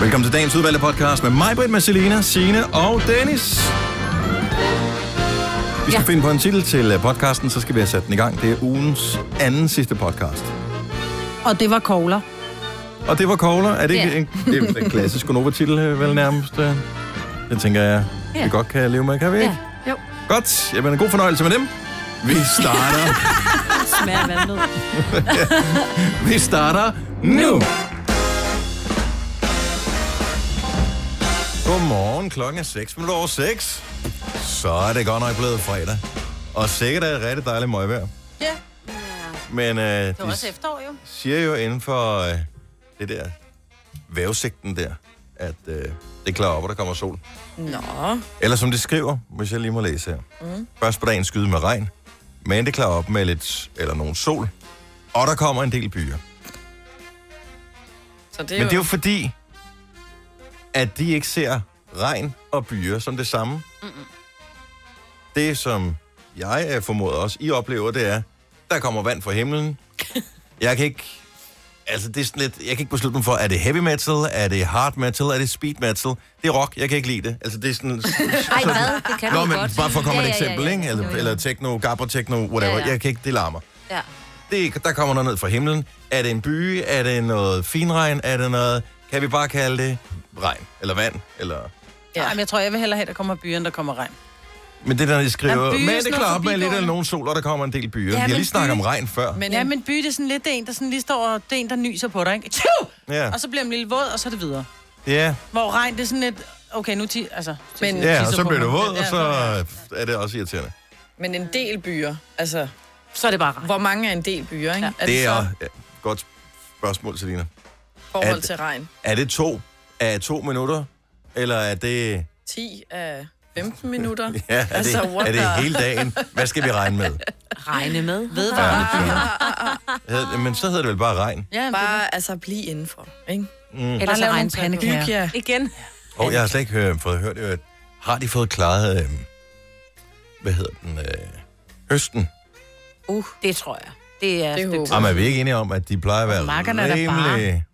Velkommen til dagens udvalgte podcast med mig, Britt, med Selina, Signe og Dennis. Vi skal ja. finde på en titel til øh, podcasten, så skal vi have sat den i gang. Det er ugens anden sidste podcast. Og det var kogler. Og det var Kogler. Er det ikke Ja. ja. en, det er en klassisk Gonova-titel, øh, vel nærmest? øh? Det tænker jeg, Ja. vi godt kan leve med, kan vi ikke? Jo. Godt. Jamen, god fornøjelse med dem. Vi starter, Smager vandet. vi starter nu. Godmorgen, klokken er 6 minutter over 6. Så er det godt nok blevet fredag. Og sikkert er det rigtig dejligt møgvejr. Ja. Men øh, det Det var også efterår, jo. siger jo inden for øh, det der vævesigten der, at øh, det klarer op, og der kommer sol. Nå. Eller som det skriver, hvis jeg lige må læse her. Mm. Først på dagen skyde med regn, men det klarer op med lidt eller nogen sol, og der kommer en del byer. Så det er Men det er jo... jo fordi, at de ikke ser regn og byer som det samme. Mm-mm. Det, som jeg øh, formoder også, I oplever, det er, der kommer vand fra himlen. Jeg kan ikke... Altså, det er sådan lidt... Jeg kan ikke beslutte mig for, er det heavy metal, er det hard metal, er det speed metal? Det er rock, jeg kan ikke lide det. Altså, det er sådan... Ej, hvad? Det kan Nå, du men godt. bare for at komme Ja, ja, et ja, ja, eksempel, ja. ja, ja, ikke? Eller, Jo, ja, jo. eller techno, gabber techno, whatever. Ja, Ja, ja. ja. Jeg kan ikke, det larmer. Ja. Det, der kommer der ned fra himlen. Er det en by? Er det noget finregn? Er det noget, kan vi bare kalde det regn? Eller vand? Eller... Ja. Ja. Ej, men jeg tror, jeg vil hellere have, at der kommer byer, end der kommer regn. Men det der, de skriver, Er byen men sådan det klarer noget op med lidt forbigående? eller nogen sol, og der kommer en del byer. Ja, jeg har men lige snakket om byen- regn før. Men... Men, Ja, men øhm, by, det er sådan lidt det er en, der sådan lige står, og det er en, der nyser på dig, ikke? Tju! Ja. Og så bliver man lidt våd, og så er det videre. ja, Hvor regn, det er sådan lidt... Okay, nu ti... Altså, Men- nu ja, tisser og så på bliver mig. du våd, Ja, og så øh, er det også irriterende. men en del byer, altså... Så er det bare regn. Hvor mange er en del byer, ikke? Ja. Er det, Det er så ja, godt spørgsmål, Selina. forhold at- til regn? Er det to af to minutter? Eller er det, 10 af 15 minutter? ja, er det, Altså, what er det the- hele dagen? Hvad skal vi regne med? Regne med. Ved Ja, ja. Men så hedder det vel bare regn. Ja, men det- Bare altså blive indenfor, Mm. ikke? Ellers lav er nogle regn pandekager. Hygge jer. Igen. Og jeg har slet ikke hørt, fået hørt, øh, har de fået klaret, øh, hvad hedder den, øh, høsten? Uh, det tror jeg. Altså, Det er... Det Det, håber jeg. Jamen, Ah, er vi ikke enige om, at de plejer at være Uh. Markerne er da rimelig...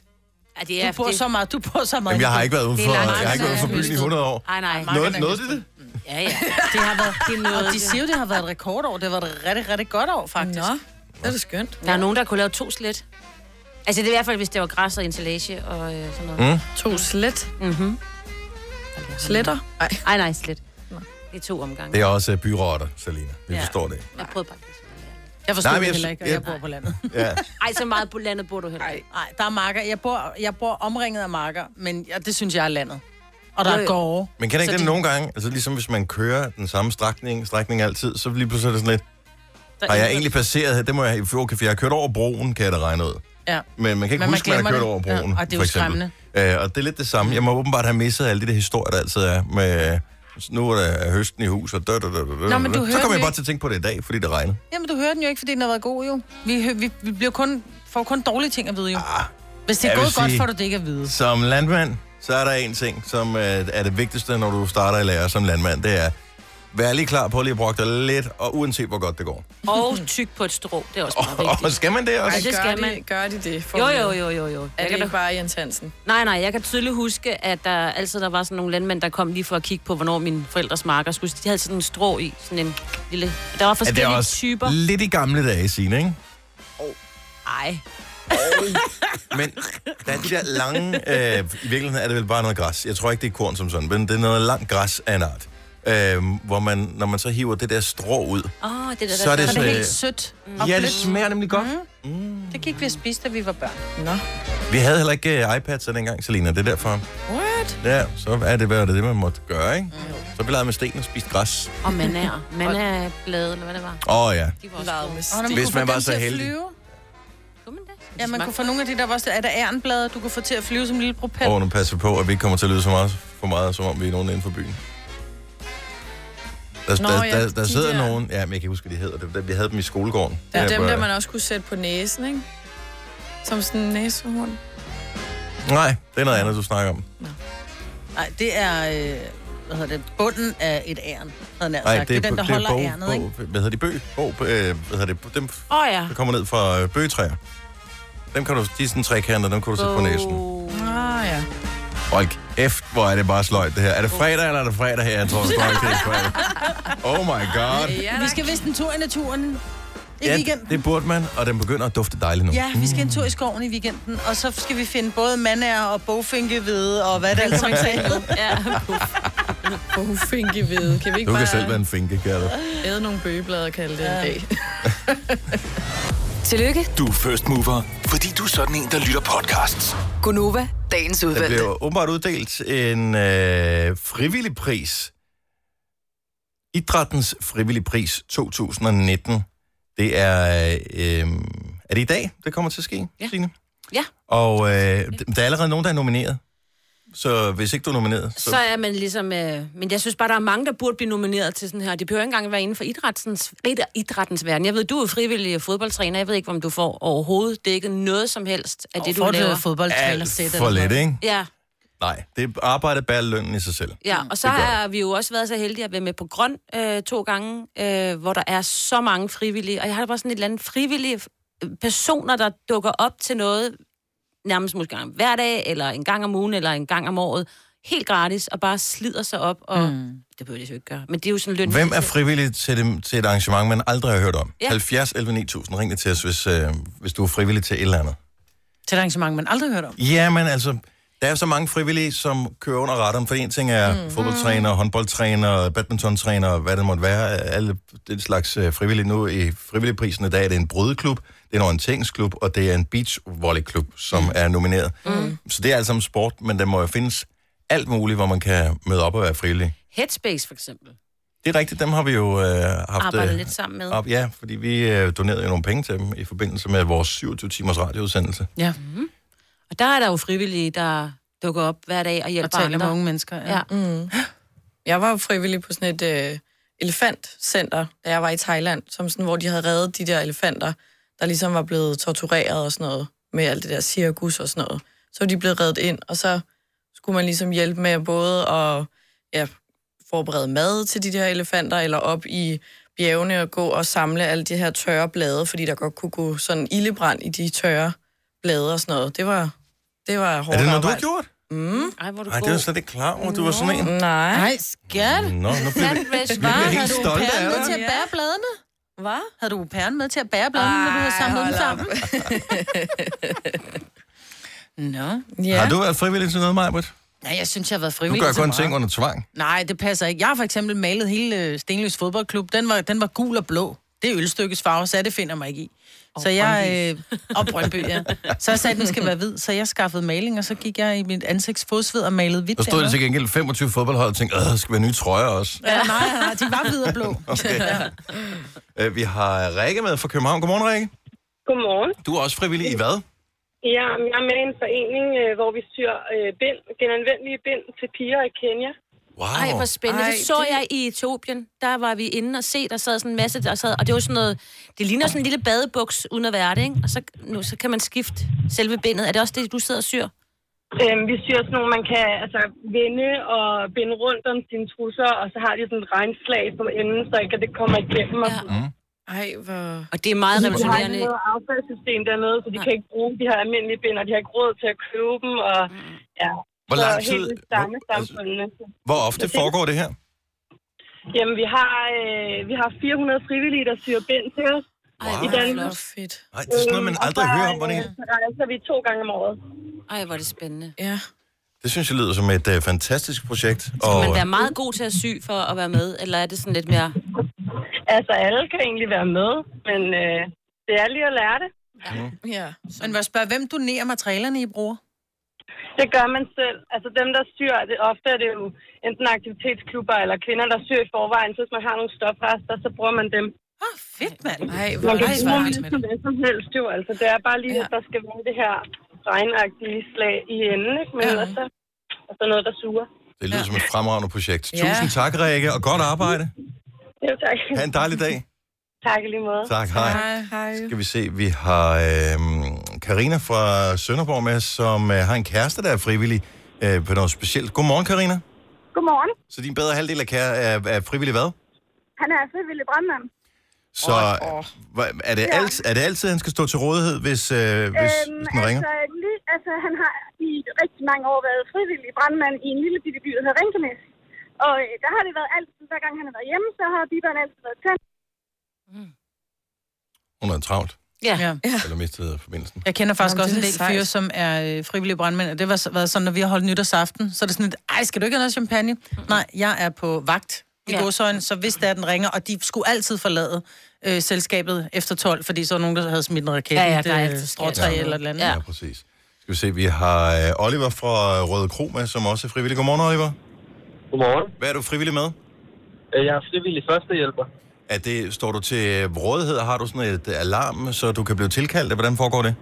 ja, det Du er bor så meget, du bor så meget. Jamen, jeg har ikke været ude Det er for, langt jeg har ikke været ude for siden, byen i jeg 100 år. Ej, nej. Noget, noget det? Ja, ja. Det har været, Det er noget, og de siger jo, det har været et rekordår. Det har været et rigtig, rigtig godt år, faktisk. Nå, det er da skønt. Der er nogen, der kunne lave to slet. Altså, det er i hvert fald, hvis det var græs og ensilage og øh, sådan noget. Mm. To slet. Mm-hmm. Sletter? Nej. Ej, nej, slet. Det er to omgange. Det er også øh, byrotter, Selina. Vi Ja. forstår det. Jeg prøvede bare lidt. Jeg forstår Nej, Nej, det men jeg- heller ikke, og jeg bor på landet. Ja. Ej, så meget på landet bor du heller ikke. Nej, der er marker. Jeg bor, jeg bor omringet af marker, men jeg, det synes jeg er landet. Og der Jo, er jo. gårde. Men kan det Øh, Så ikke det de- nogle gange, altså ligesom hvis man kører den samme strækning, strækning altid, så lige pludselig er det sådan lidt, Der er har jeg intet- egentlig passeret her? Det må jeg, okay, for jeg har kørt over broen, kan jeg da regne ud. Ja. Men man kan ikke Men man huske, man har kørt glemmer over det. Ja, broen, og det er jo for eksempel. Øh, og det er lidt det samme. Jeg må åbenbart have misset alle de der historier, der altid er med... øh, Nu er der høsten i hus, og dø, dø, dø, dø, dø, Nå, men du dø. Så hører kommer jeg jo bare til at tænke på det i dag, fordi det regner. Jamen, du hører den jo ikke, fordi den har været god, jo. Vi, hø- vi, vi bliver kun, får kun dårlige ting at vide, jo. Ah, Hvis det er jeg vil gået godt, sige- får du det ikke at vide. Som landmand, så er der en ting, som øh, er det vigtigste, når du starter i lære som landmand. Det er, vær lige klar på at lige at brokke dig lidt, og uanset hvor godt det går. Og tyk på et strå, det er også meget Og, og vigtigt. skal man det også? Ej, det gør skal de, man. Gør de det? For Jo, mig? jo, jo, jo, jo. Er Jeg det kan da ikke bare Jens Hansen? Nej, nej, jeg kan tydeligt huske, at der altid der var sådan nogle landmænd, der kom lige for at kigge på, hvornår mine forældres marker skulle. De havde sådan en strå i, sådan en lille... Der var er det forskellige også typer. lidt i gamle dage, Signe, ikke? Ej, Men der er de der lange... Øh, I virkeligheden er det vel bare noget græs. Jeg tror ikke, det er korn som sådan, men det er noget langt græs af en art. Øh, hvor man, når man så hiver det der strå ud... åh, det der, der Så er det Så er sådan, det øh, helt sødt. Mm. Ja, det smager nemlig godt. Mhm. Mm. Det gik vi at spise, da vi var børn. Nå. Vi havde heller ikke uh, iPads dengang, Selina. Det er derfor. What? Ja, så er det, hvad er det, man måtte gøre, ikke? Mm. Så blev jeg med sten og spiste græs. Og manager. Manderblade, eller hvad det var. Åh oh, ja. De var også Lavet gode. med Og når stil. Hvis kunne få man var dem så til at heldig. Flyve, Kunne man det? ja, man kunne få nogle af de der, hvor er der ærenblade, du kunne få til at flyve som en lille propel. Åh, oh, nu passer vi på, at vi ikke kommer til at lyde så meget, for meget, som om vi er nogen inden for byen. Der, Nå, der, ja, der, der de sidder der- nogen... Ja, men jeg kan ikke huske, hvad de hedder. Det var dem- Vi havde dem i skolegården. Det er Ja, dem, hvor- der man også kunne sætte på næsen, ikke? Som sådan en næsehund. Nej, det er noget andet, du snakker om. Nej, det er... Øh, hvad hedder det? Bunden af et æren. Nej, det, det er den, der det er holder bog, ærenet, ikke? bog, Hvad hedder de? Bøg? Bog, øh, hvad hedder det? Dem, Åh, oh, ja. der kommer ned fra øh, bøgetræer. Dem kan du, de er sådan trekanter, dem kan du sætte på næsen. Åh. Ah, ja. Hold kæft, hvor er det bare sløjt det her. Er det fredag, eller er det fredag her? Jeg tror, det er fredag. Oh my god. Ja, Vi skal vist en tur i naturen i Ja, weekenden. det burde man, og den begynder at dufte dejligt nu. Ja, vi skal en tur i skoven i weekenden, og så skal vi finde både mandager og bogfinkevede og hvad der Alt ellers som er til. sagde. Ja, oh, finkevede. Kan vi ikke Du kan bare selv være en finke, kære du. æde nogle bøgeblade og kalde det ja. en dag? Tillykke, Du er first mover, fordi du er sådan en, der lytter podcasts. Gunova, dagens Der udvalgte. blev åbenbart uddelt en øh, frivillig pris. Idrættens frivillige pris 2019. Det er... Øh, er det i dag, det kommer til at ske, Ja. Signe? Ja. Og øh, d- der er allerede nogen, der er nomineret. Så hvis ikke du er nomineret, så... så er man ligesom... Øh, men jeg synes bare, der er mange, der burde blive nomineret til sådan her. De behøver ikke engang være inden for idrættens, idræ- idrættens verden. Jeg ved, du er frivillig fodboldtræner. Jeg ved ikke, om du får overhovedet dækket noget som helst af det, du laver. fodboldtrænersæt. for let, ikke? Ja, Nej, det arbejder bærer lønnen i sig selv. Ja, og så Det gør det. har vi jo også været så heldige at være med på Grøn øh, to gange, øh, hvor der er så mange frivillige. Og jeg har da bare sådan et eller andet frivillige øh, personer, der dukker op til noget, nærmest måske engang hver dag, eller en gang om ugen, eller en gang om året, helt gratis, og bare slider sig op. Og mm. Det behøver de jo ikke gøre. Men det er jo sådan løn. Hvem er frivillig til, dem, til et arrangement, man aldrig har hørt om? Ja. Ja. 70 11 9000. Ring det til os, hvis, øh, hvis du er frivillig til et eller andet. Til et arrangement, man aldrig har hørt om. Ja, men altså, der er så mange frivillige, som kører under radaren, for en ting er mm. fodboldtræner, håndboldtræner, badmintontræner, og hvad det måtte være, alle den slags øh, frivillige nu i frivilligprisen i dag, er det en brydeklub, det er en orienteringsklub, og det er en beachvolleyklub, som mm. er nomineret. Mm. Så det er alt sammen sport, men der må jo findes alt muligt, hvor man kan møde op og være frivillig. Headspace, for eksempel. Det er rigtigt, dem har vi jo øh, haft... Arbejder øh, lidt sammen med. Op, ja, fordi vi øh, donerede jo nogle penge til dem i forbindelse med vores 27 timers radioudsendelse. Ja, Mhm. Og der er der jo frivillige, der dukker op hver dag og hjælper og taler med andre. unge mennesker. Ja. Mm. Jeg var jo frivillig på sådan et øh, elefantcenter, da jeg var i Thailand, som sådan, hvor de havde reddet de der elefanter, der ligesom var blevet tortureret og sådan noget, med alt det der cirkus og sådan noget. Så var de blevet reddet ind, og så skulle man ligesom hjælpe med både at ja, forberede mad til de der elefanter, eller op i bjergene og gå og samle alle de her tørre blade, fordi der godt kunne gå sådan ildebrand i de tørre blade og sådan noget. Det var, det var hårdt Er det noget, du har arbejde. gjort? Ej, hvor er du Nej, det er god. jeg slet ikke klar over, du var sådan en. Mm. Nej. Nej, skat. Nå, nu bliver vi... Sandwich, Vi var, bliver har helt du stolte Pæren af med dig. til at bære bladene? Hvad? Havde du pæren med til at bære bladene, når du havde samlet dem sammen? Nå. Ja. Har du været frivillig til noget, Majbert? Nej, jeg synes, jeg har været Du frivillig gør til kun meget. ting under tvang. Nej, det passer ikke. Jeg har for eksempel malet hele øh, Stenløs fodboldklub. Den var, den var gul og blå. Det er ølstykkes farve, så det finder mig ikke i. Og så jeg, øh, og Brøndby, ja. Så jeg sagde, at den skal være hvid, så jeg skaffede maling, og så gik jeg i mit ansigts fodsved og malede hvidt. Der stod der dernede. til gengæld 25 fodboldhold og tænkte, "Åh, der skal være nye trøjer også. Ja, nej, nej, de var hvid og blå. Okay. Øh, Vi har Rikke med fra København. Godmorgen, Rikke. Godmorgen. Du er også frivillig i hvad? Ja, men jeg er med i en forening, øh, hvor vi syr øh, bind, genanvendelige bind til piger i Kenya. Ej, Wow. hvor spændende. Ej, Ej, det så det- jeg i Etiopien. Der var vi inde og se, der sad sådan en masse, der sad, og det var sådan noget, det ligner sådan en lille badebuks uden at være det, ikke? Og så, nu, så kan man skifte selve bindet. Er det også det, du sidder og syr? Øhm, vi syr sådan nogle, man kan altså, vende og binde rundt om sine trusser, og så har de sådan et regnslag på enden, så ikke at det kommer igennem. Ja. Ja. Og Mm. Ej, hvor... Og det er meget de har revolutionerende. ikke noget affaldssystem dernede, så de kan ikke bruge de her almindelige bind, og de har ikke råd til at købe dem. Og, Mm. ja. Hvor altså- så lang tid... Helt det samme Hvor, samfundene. hvor ofte foregår det her? Jamen, vi har, øh, vi har 400 frivillige, der syr bind til os. Ej, I hvor er det Danmark. flot. Hvor fedt. Nej, det Mm, er sådan noget, man Øhm, og aldrig så, hører om. Hvordan... øh, Så rejser vi to gange om året. Ej, hvor er det spændende. Ja. Det synes jeg lyder som et øh, fantastisk projekt. Skal Og, man være meget god til at sy for at være med, eller er det sådan lidt mere... Altså, alle kan egentlig være med, men øh, det er lige at lære det. ja. Men hvad spørger, hvem donerer materialerne, I bruger? Det gør man selv. Altså, dem, der syr, det, ofte er det jo enten aktivitetsklubber eller kvinder, der syr i forvejen. Så hvis man har nogle stofrester, så bruger man dem. Åh, oh, fedt, mand. Ej, hvor Man kan bruge ej, Ah, hvor dem vildt med ligesom det. hvad som helst, jo. Altså, det er bare lige, Ja. at der skal være det her regnagtige slag i enden, ikke? Men Ja. ellers så og så noget, der suger. det lyder som et fremragende projekt. Ja. Tusind tak, Rikke, og godt arbejde. Jo, tak. Ha' en dejlig dag. Tak i lige måde. Tak, hej. Hej, hej. skal vi se, vi har øhm, Karina fra Sønderborg med, som øh, har en kæreste, der er frivillig øh, på noget specielt. Godmorgen, Karina. Godmorgen. Så din bedre halvdel af kære er, er frivillig hvad? Han er altså frivillig brandmand. Så oh, er, det alt, er det altid, han skal stå til rådighed, øh, hvis, øh, hvis, øhm, hvis den ringer? altså, lige, altså, han har i i rigtig mange år været frivillig brandmand i en lille bitte by, der hedder Rinkenæs. Og øh, der har det været altid, hver gang han har været hjemme, så har biberen altid været tændt. Hun havde travlt, Ja. Ja. eller mistede forbindelsen. Jeg kender faktisk Jamen, også en det er del sejt. fyre, som er øh, frivillige brandmænd, og det har været sådan, når vi har holdt nytårsaften, så er det sådan et, ej, skal du ikke have noget champagne? Nej, jeg er på vagt i Ja. ja. så hvis der den ringer, og de skulle altid forlade øh, selskabet efter 12, fordi så var nogen, der havde smidt en raket, Ja, ja, der er et, øh, altid skat. stråtræ Ja. eller et eller andet. Ja. Ja. Ja, præcis. Skal vi se, vi har øh, Oliver fra Røde Kro med, som også er frivillig. Godmorgen, Oliver. Godmorgen. Hvad er du frivillig med? Øh, Jeg er frivillig førstehjælper. Er det, står du til øh, rådighed, og har du sådan et øh, alarm, så du kan blive tilkaldt? Hvordan foregår det?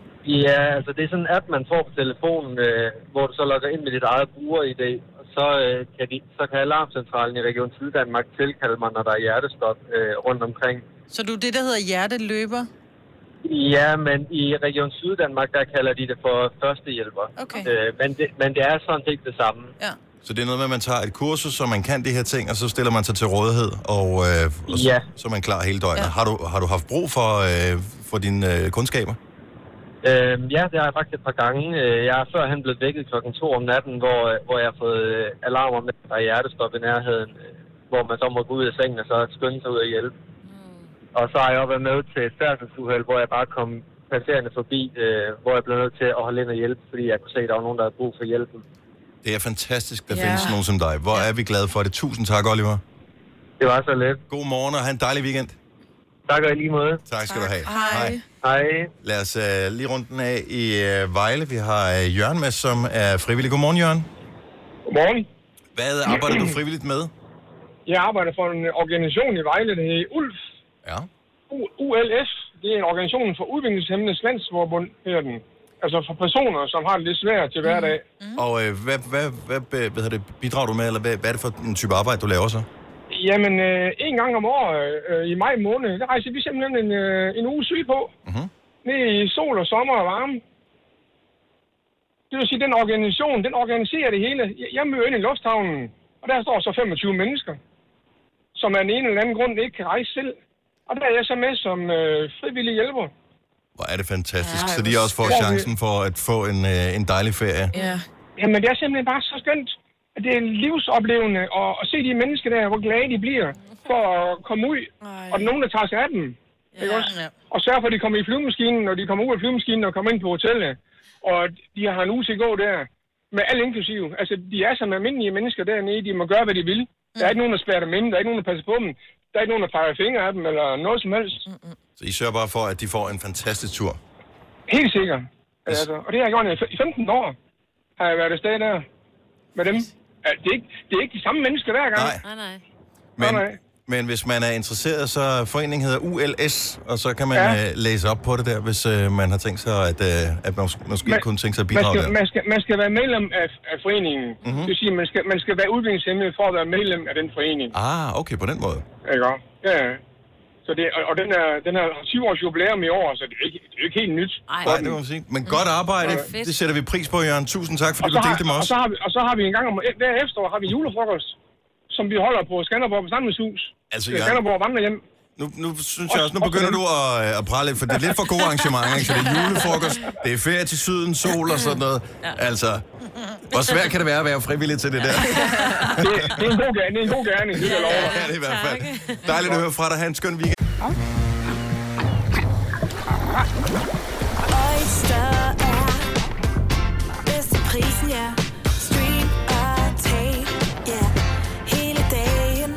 Ja, altså det er sådan en app, man får på telefonen, øh, hvor du så logger ind med dit eget bruger-ID. Og så, øh, kan de, så kan Alarmcentralen i Region Syddanmark tilkalde mig, når der er hjertestop øh, rundt omkring. Så du er det, der hedder hjerteløber? Ja, men i Region Syddanmark, der kalder de det for førstehjælper. Okay. Øh, men, det, men det er sådan set det samme. Ja. Så det er noget med, at man tager et kursus, så man kan de her ting, og så stiller man sig til rådighed, og, øh, og så, Ja. så er man klar hele døgnet. Ja. Ja. Har, du, har du haft brug for, øh, for dine øh, kundskaber? Øh, ja, det har jeg faktisk et par gange. Øh, Jeg er førhen blevet vækket klokken 2 om natten, hvor, øh, hvor jeg har fået øh, alarm om, at der er hjertestop i nærheden, øh, hvor man så må gå ud af sengen og så skynde sig ud og hjælpe. Og så har jeg også været med til et færdselsuheld, hvor jeg bare kom passerende forbi, øh, hvor jeg blev nødt til at holde ind og hjælpe, fordi jeg kunne se, at der var nogen, der havde brug for hjælpen. Det er fantastisk, der ja. Ja. findes nogen som dig. Hvor er vi glade for det. Tusind tak, Oliver. Det var så let. God morgen, og have en dejlig weekend. Tak og i lige måde. Tak skal du have. Hej. Hej. Lad os øh, lige rundt den af i øh, Vejle. Vi har øh, Jørgen med, som er frivillig. Godmorgen, Jørgen. Godmorgen. Hvad arbejder du frivilligt med? Jeg arbejder for en organisation i Vejle, der hedder ULF. Ja. ULF, det er en organisation for udviklingshemmedes landsforbund, hedder den. Altså for personer, som har det lidt svært til hverdag. Mm-hmm. Og øh, hvad, hvad, hvad, hvad, hvad det, bidrager du med, eller hvad, hvad er det for en type arbejde, du laver så? Jamen, øh, en gang om året, øh, i maj måned, der rejser vi simpelthen en, øh, en uge syg på. Mhm. Ned i sol og sommer og varme. Det vil sige, den organisation, den organiserer det hele. Jeg- Jeg møder ind i lufthavnen, og der står så 25 mennesker, som af en eller anden grund ikke kan rejse selv. Og der er jeg så med som øh, frivillig hjælper. Hvor er det fantastisk. Ja, Ja, ej, så de hvor også får skønt. chancen for at få en, øh, en dejlig ferie. Ja. Jamen, det er simpelthen bare så skønt. at Det er livsoplevende at, at se de mennesker der, hvor glade de bliver for at komme ud. Ej. Og der er nogen, der tager sig af dem. Ikke også? ja. Og sørger for, at de kommer i flyvemaskinen, når de kommer ud af flyvemaskinen og kommer ind på hotellet. Og de har en uge til at gå der. Med alt inklusiv. Altså, de er som almindelige mennesker dernede. De må gøre, hvad de vil. Der er ikke nogen, der spærrer dem ind. Der er ikke nogen, der passer på dem. Der er ikke nogen, der peger fingre af dem eller noget som helst. Så I sørger bare for, at de får en fantastisk tur. Helt sikkert. Altså, og det har jeg gjort i 15 år, har jeg været afsted der med dem. Ja, det, er ikke, det er ikke de samme mennesker hver gang. Nej, Nej, nej. men, nej. men hvis man er interesseret, så foreningen hedder ULS, og så kan man ja. Ja. øh, læse op på det der, hvis øh, man har tænkt sig, at, øh, at man mås- måske Men- kunne tænke sig at Man bidrage skal, der. Mhm. man, skal, man skal være medlem af, af foreningen. Mm-hmm. Det vil sige, man skal, man skal være udviklingshemmet for at være medlem af den forening. Ah, okay, på den måde. Ikke også? Ja, ja. Så det, og, og den, er, den har 10 års jubilæum i år, så det er ikke, det er ikke helt nyt. Mm. Ej. Nej, det må man sige. Men godt arbejde. Ja, fedt. Det sætter vi pris på, Jørgen. Tusind tak, fordi Og du så, har, delte det med og, os. så har vi, og så har vi en gang om hver efterår har vi julefrokost, som vi holder på Skanderborg Forsamlingshus. Altså, Det er Jørgen- Skanderborg Vandrehjem. Nu, nu synes jeg også, nu Og- og begynder for du at, øh, at prale lidt, for det er lidt for gode arrangementer, ikke? Så det er julefrokost, det er ferie til syden, sol og sådan noget. Altså, hvor svært kan det være at være frivillig til det der? Det, det, er en god, gerning- det er en god gerning, det kan jeg love. Ja, det er i hvert fald. Dejligt at høre fra dig. Ha' en skøn weekend. Oyster er bedst til prisen, ja. Stream og tag, ja. Hele dagen.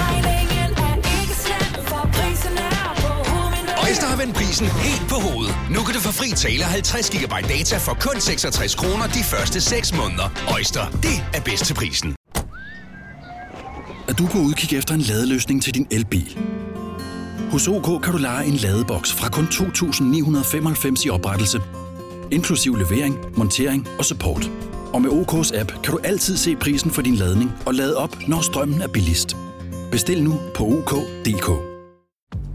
Regningen er ikke slem, for prisen er på Øjster har vendt prisen helt på hovedet. Nu kan du få fri tale 50 GB data for kun 66 kroner de første 6 måneder. Øjster, det er bedst til prisen. at du kan udkigge efter en ladeløsning til din elbil. Hos OK kan du lege en ladeboks fra kun 2.995 i oprettelse, inklusiv levering, montering og support. Og med OK's app kan du altid se prisen for din ladning og lade op, når strømmen er billigst. Bestil nu på OK.dk.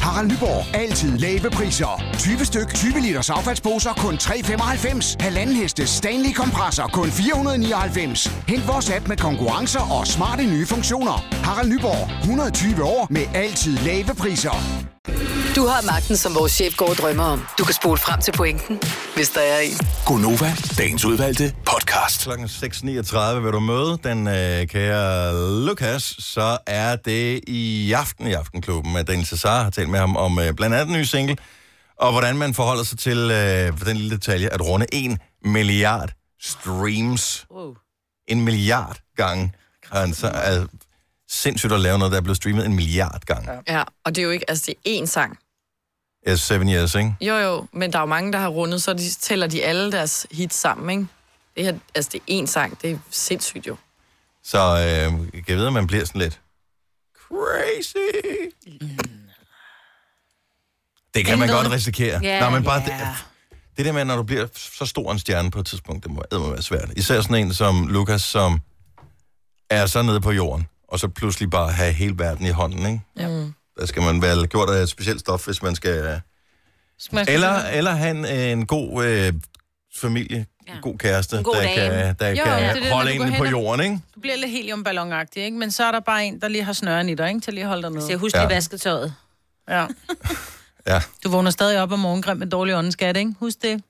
Harald Nyborg. Altid lave priser. 20 styk, 20 liters affaldsposer kun 3,95. Halvanden heste Stanley kompresser kun 499. Hent vores app med konkurrencer og smarte nye funktioner. Harald Nyborg. 120 år med altid lave priser. Du har magten, som vores chef går og drømmer om. Du kan spole frem til pointen, hvis der er en. Gonova, dagens udvalgte podcast. Klokken 6.39 vil du møde den øh, kære Lukas. Så er det i aften i Aftenklubben, at Daniel Cesar har talt med ham om øh, blandt andet den nye single, og hvordan man forholder sig til øh, den lille detalje, at runde 1 milliard streams. Wow. En milliard gange. Altså, er sindssygt at lave noget, der er blevet streamet en milliard gange. Ja, og det er jo ikke, altså det er én sang. Ja. Seven Years, ikke? Jo jo, men der er jo mange, der har rundet, så de, tæller de alle deres hits sammen, ikke? Det her, altså det er én sang, det er sindssygt jo. Så øh, jeg ved, at man bliver sådan lidt... Crazy! Det kan man Intet. godt risikere. Ja, Nej, men bare ja. det, det der med, når du bliver så stor en stjerne på et tidspunkt, det må, det må være svært. Især sådan en som Lukas, som er så nede på jorden, og så pludselig bare have hele verden i hånden, ikke? Mm. Der skal man være gjort af et specielt stof, hvis man skal... Eller, eller han en god øh, familie, ja. en god kæreste, En god der dame. kan, der Jo, jo, det er kan det, når holde du går en hen på og- jorden, ikke? Du bliver lidt heliumballonagtig, ikke? Men så er der bare en, der lige har snøren i dig, ikke? Til lige at holde dig nede. Så jeg husker lige Ja. vasketøjet. Ja. Ja. Du vågner stadig op om morgenen grim med dårlig åndeskat, ikke? Husk det.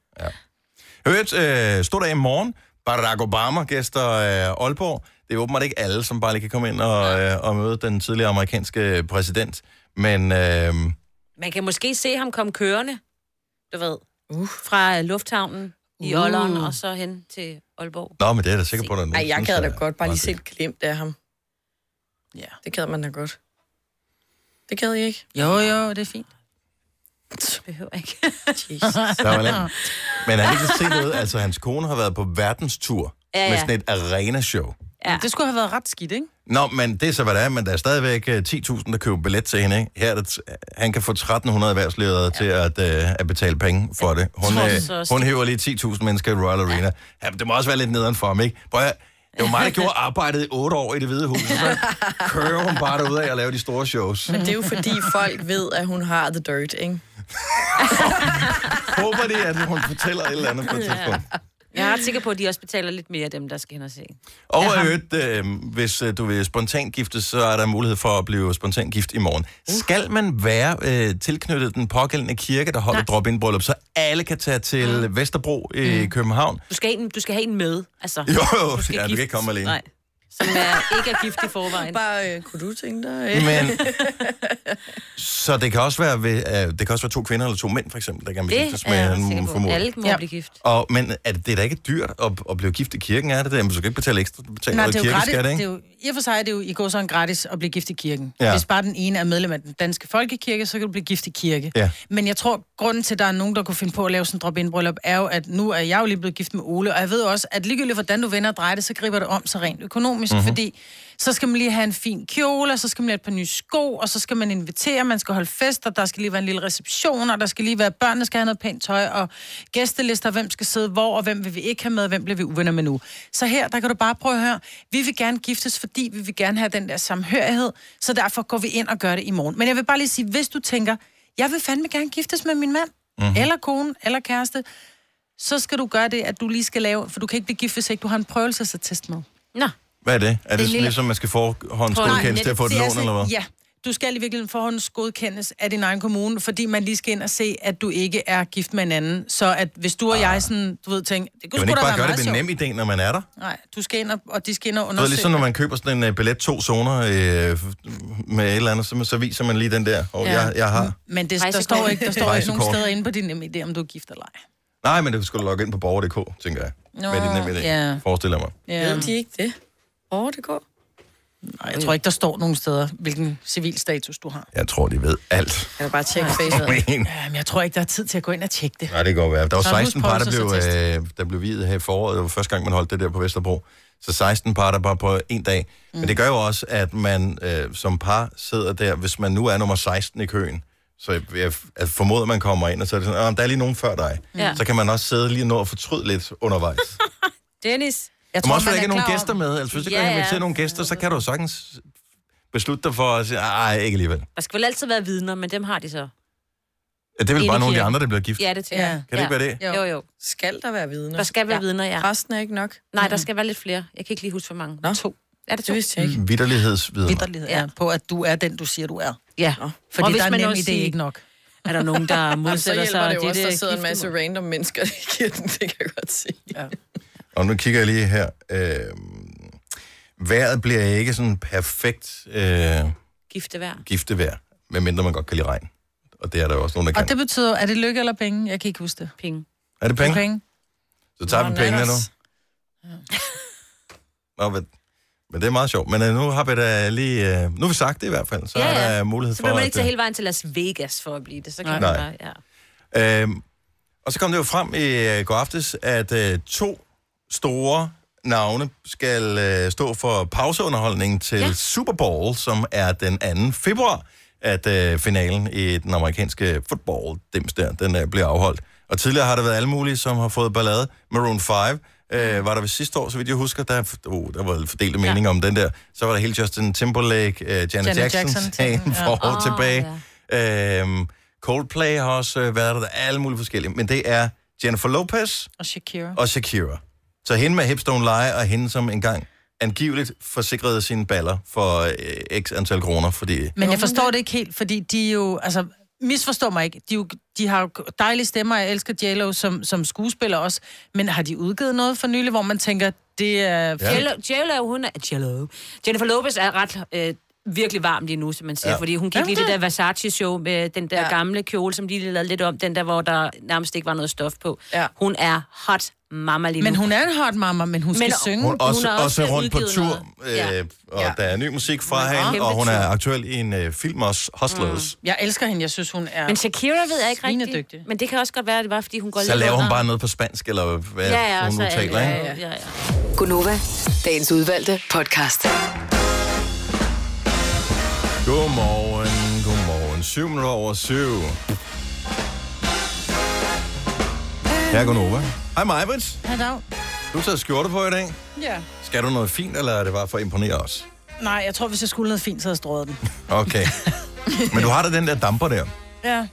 Hørt, øh, stor dag i morgen. Barack Obama gæster øh, Aalborg. Det er åbenbart ikke alle, som bare lige kan komme ind og, øh, og møde den tidligere amerikanske præsident. Men øh, Man kan måske se ham komme kørende, du ved, uh. fra øh, lufthavnen i Uh. Olleren og så hen til Aalborg. Nå, men det er jeg da sikker på, at der er Ej, nogen, jeg synes, gad da at- godt bare lige se et glimt af ham. Ja. Det gad man da godt. Det gad jeg ikke. Jo, jo, det er fint. Det behøver jeg ikke. Der var land. Men han ikke set noget. Altså, hans kone har været på verdenstur Ja, ja, ja. ja. med sådan et arenashow. Ja. Det skulle have været ret skidt, ikke? Nå, men det er så, hvad det er, men der er stadigvæk øh, 10.000, der køber billet til hende, ikke? Her er det t- han kan få 1.300 erhvervsledere ja. til at, øh, at betale penge for det. Hun, tror øh, det så også. hun hæver lige 10.000 mennesker i Royal Arena. Ja. ja men det må også være lidt nederen for ham, ikke? Prøv at, høre, det var mig, der gjorde arbejdet i otte år i det hvide hus, og så kører hun bare derudad og laver de store shows. Men det er jo fordi folk ved, at hun har the dirt, ikke? Håber det, at hun fortæller et eller andet på et tidspunkt. Jeg er ret sikker på, at de også betaler lidt mere dem, der skal hen og se. Og i øvrigt, øh, hvis øh, du vil spontant gifte, så er der mulighed for at blive spontant gift i morgen. Uh. Skal man være øh, tilknyttet den pågældende kirke, der holder drop-in bryllup, så alle kan tage til mm. Vesterbro i mm. København? Du skal, have en, du skal have en med, altså. Jo, jo, skal ja, du kan giftes. ikke komme alene. Nej, som er, ikke er gift i forvejen. Bare, øh, kunne du tænke dig? Men- Så det kan også være, ved, øh, det kan også være to kvinder eller to mænd, for eksempel, der kan Det blive giftes er jeg med ret sikker en på. formodning. Alle må Ja. blive gift. Og, men er det, det er da ikke dyrt at, at blive gift i kirken, er det det? Jamen, du skal ikke betale ekstra, du betaler Nej, noget det er jo gratis. kirkeskat, Det ikke? er jo, I og for sig er det jo i går sådan gratis at blive gift i kirken. Ja. Ja. Hvis bare den ene er medlem af den danske folkekirke, så kan du blive gift i kirke. Ja. Men jeg tror, grunden til, at der er nogen, der kunne finde på at lave sådan en drop-in bryllup, er jo, at nu er jeg jo lige blevet gift med Ole, og jeg ved også, at ligegyldigt hvordan du vender og drejer det, så griber det om sig rent økonomisk, mm-hmm. Mhm. fordi så skal man lige have en fin kjole, og så skal man lige have et par nye sko, og så skal man invitere, man skal holde fest, og der skal lige være en lille reception, og der skal lige være, børnene skal have noget pænt tøj, og gæstelister, hvem skal sidde hvor, og hvem vil vi ikke have med, og hvem bliver vi uvenner med nu. Så her, der kan du bare prøve at høre, vi vil gerne giftes, fordi vi vil gerne have den der samhørighed, så derfor går vi ind og gør det i morgen. Men jeg vil bare lige sige, hvis du tænker, jeg vil fandme gerne giftes med min mand, Mhm. mm-hmm. eller kone, eller kæreste, så skal du gøre det, at du lige skal lave, for du kan ikke blive gift, hvis ikke du har en prøvelsesattest med. Nå. Hvad er det? Er en det, det lille- ligesom, man skal forhåndsgodkendes til at få et Det er lån, sådan- eller hvad? Ja, du skal i virkeligheden forhåndsgodkendes af din egen kommune, fordi man lige skal ind og se, at du ikke er gift med en anden. Så at hvis du og jeg sådan, du ved, tænker, det Kan kunne man sgu Ah. ikke da bare være gøre meget det ved sjovt. nem idé, når man er der? Nej, du skal ind og, og de skal ind og Det er undersøge. ligesom, når man køber sådan en uh, billet to zoner øh, med et eller andet, så, så viser man lige den der, og Ja. ja. jeg, jeg har... Men det, der Rejsekort. står ikke, der står ikke nogen Rejsekort. steder inde på din nemme idé, om du er gift eller ej. Nej, men det skulle logge ind på borger.dk, tænker jeg. Nå, Nå, med det nemme idé, ja. yeah. forestiller jeg mig. Ja. Ved de ikke det? Åh, oh, det går. Nej, jeg tror ikke, der står nogen steder, hvilken civil status du har. Jeg tror, de ved alt. Kan du bare tjekke Facebook? Jamen, jeg tror ikke, der er tid til at gå ind og tjekke det. Nej, det kan godt være. Der var Så er det 16 par, der blev, husprøvelsesattest. øh, der blev videt her i foråret. Det var første gang, man holdt det der på Vesterbro. Så 16 par, der bare på en dag. Mm. Men det gør jo også, at man øh, som par sidder der, hvis man nu er nummer 16 i køen, så jeg, jeg jeg formoder, man kommer ind, og så er det sådan, "Åh, der er lige nogen før dig. Ja. Ja. Så kan man også sidde lige og nå og fortryde lidt undervejs. Dennis. Jeg tror, også, der ikke er nogen gæster med. Altså, hvis du Ja, ja, kan ja. invitere nogle gæster, så kan du sagtens beslutte dig for at sige, nej, ikke alligevel. Der skal vel altid være vidner, men dem har de så. Ja, det er vel Inde bare i nogle af de kirken. andre, der bliver gift. Ja, det tænker Ja. jeg. Kan det ikke være det? Jo, jo. Skal der være vidner? Der skal være vidner, ja. Resten er ikke nok. Nej, der skal være lidt flere. Jeg kan ikke lige huske, hvor mange. Nå. To. Er det to? Det vidste jeg ikke. Mm. Vitterlighedsvidner. Vitterlighed, ja. På, at du er den, du siger, du er. Ja. Fordi der er nemlig det ikke nok. Er der nogen, der modsætter så sig? hjælper det jo Det er også, der det sidder en gifte masse random mennesker i kirken, det kan jeg godt sige. Ja. Og nu kigger jeg lige her. Øh, vejret bliver ikke sådan perfekt øh, Gifte vejr. giftevejr, medmindre man godt kan lide regn. Og det er der jo også nogen, der kan. Og det betyder, er det lykke eller penge? Jeg kan ikke huske det. Penge. Er det penge? penge. Så tager vi Nå, pengene nu. natters. Nå, men, men det er meget sjovt. Men øh, nu har vi da lige... Øh, nu har vi sagt det i hvert fald, så ja, ja. er der mulighed Så for... bliver man ikke at, tage hele vejen til Las Vegas for at blive det. Så kan Nej. man bare, ja. Øhm, og så kom det jo frem i øh, går aftes, at øh, to store navne skal øh, stå for pauseunderholdningen til ja. Super Bowl, som er den 2. februar, at øh, finalen i den amerikanske football, dems der, den øh, bliver afholdt. Og tidligere har der været alle mulige, som har fået ballade. Maroon 5 øh, var der ved sidste år, så vidt jeg husker, der, oh, der var fordelte meninger ja. om den der. Så var der hele Justin Timberlake, øh, Janet, Janet Jackson-sagen Jackson, for ja. år Ah, oh, tilbage. Ja. Øhm, Coldplay har også øh, været der, der er alle mulige forskellige, men det er Jennifer Lopez Og Shakira. og Shakira. Så hende med Hips Don't Lie, og hende som engang angiveligt forsikrede sine baller for øh, x antal kroner, fordi... Men jeg forstår det ikke helt, fordi de er jo, altså, misforstår mig ikke, de, er jo, de har jo dejlige stemmer, jeg elsker JLo som, som skuespiller også, men har de udgivet noget for nylig, hvor man tænker, det er... Ja. Jello, Jello, hun er... Jello. Jennifer Lopez er ret... Øh, virkelig varm lige nu, som man siger, Ja. ja. fordi hun Er gik hun lige i det det? der Versace-show med den der ja. gamle kjole, som lige lavede lidt om, den der, hvor der nærmest ikke var noget stof på. Ja. Hun er hot mama lige nu. Men hun er en hot mama, men hun skal Men- synge. Hun er også, Hun hun har også også, også rundt på udgivet tur, øh, ja. og ja. der er ny musik fra Hun er hende, kæmpe og hun er tur. aktuel i en øh, film også, Hustlers. Mm. Jeg elsker hende, jeg synes, hun er... Men Shakira ved jeg ikke svinedygtig. rigtigt. Men det kan også godt være, at det var, fordi hun går Så lidt laver hun under. bare noget på spansk, eller hvad Ja, ja, hun så nu er- taler, ja, ikke? ja, ja, ja. Gunova, dagens udvalgte podcast. Godmorgen, godmorgen. 7 minutter over 7. Her er Gunova. Hej Majbrits. Hej dag. Du tager skjorte på i dag. Ja. Skal du noget fint, eller er det bare for at imponere os? Nej, jeg tror, hvis jeg skulle noget fint, så havde jeg strøget den. Okay. Men du har da den der damper der. Ja.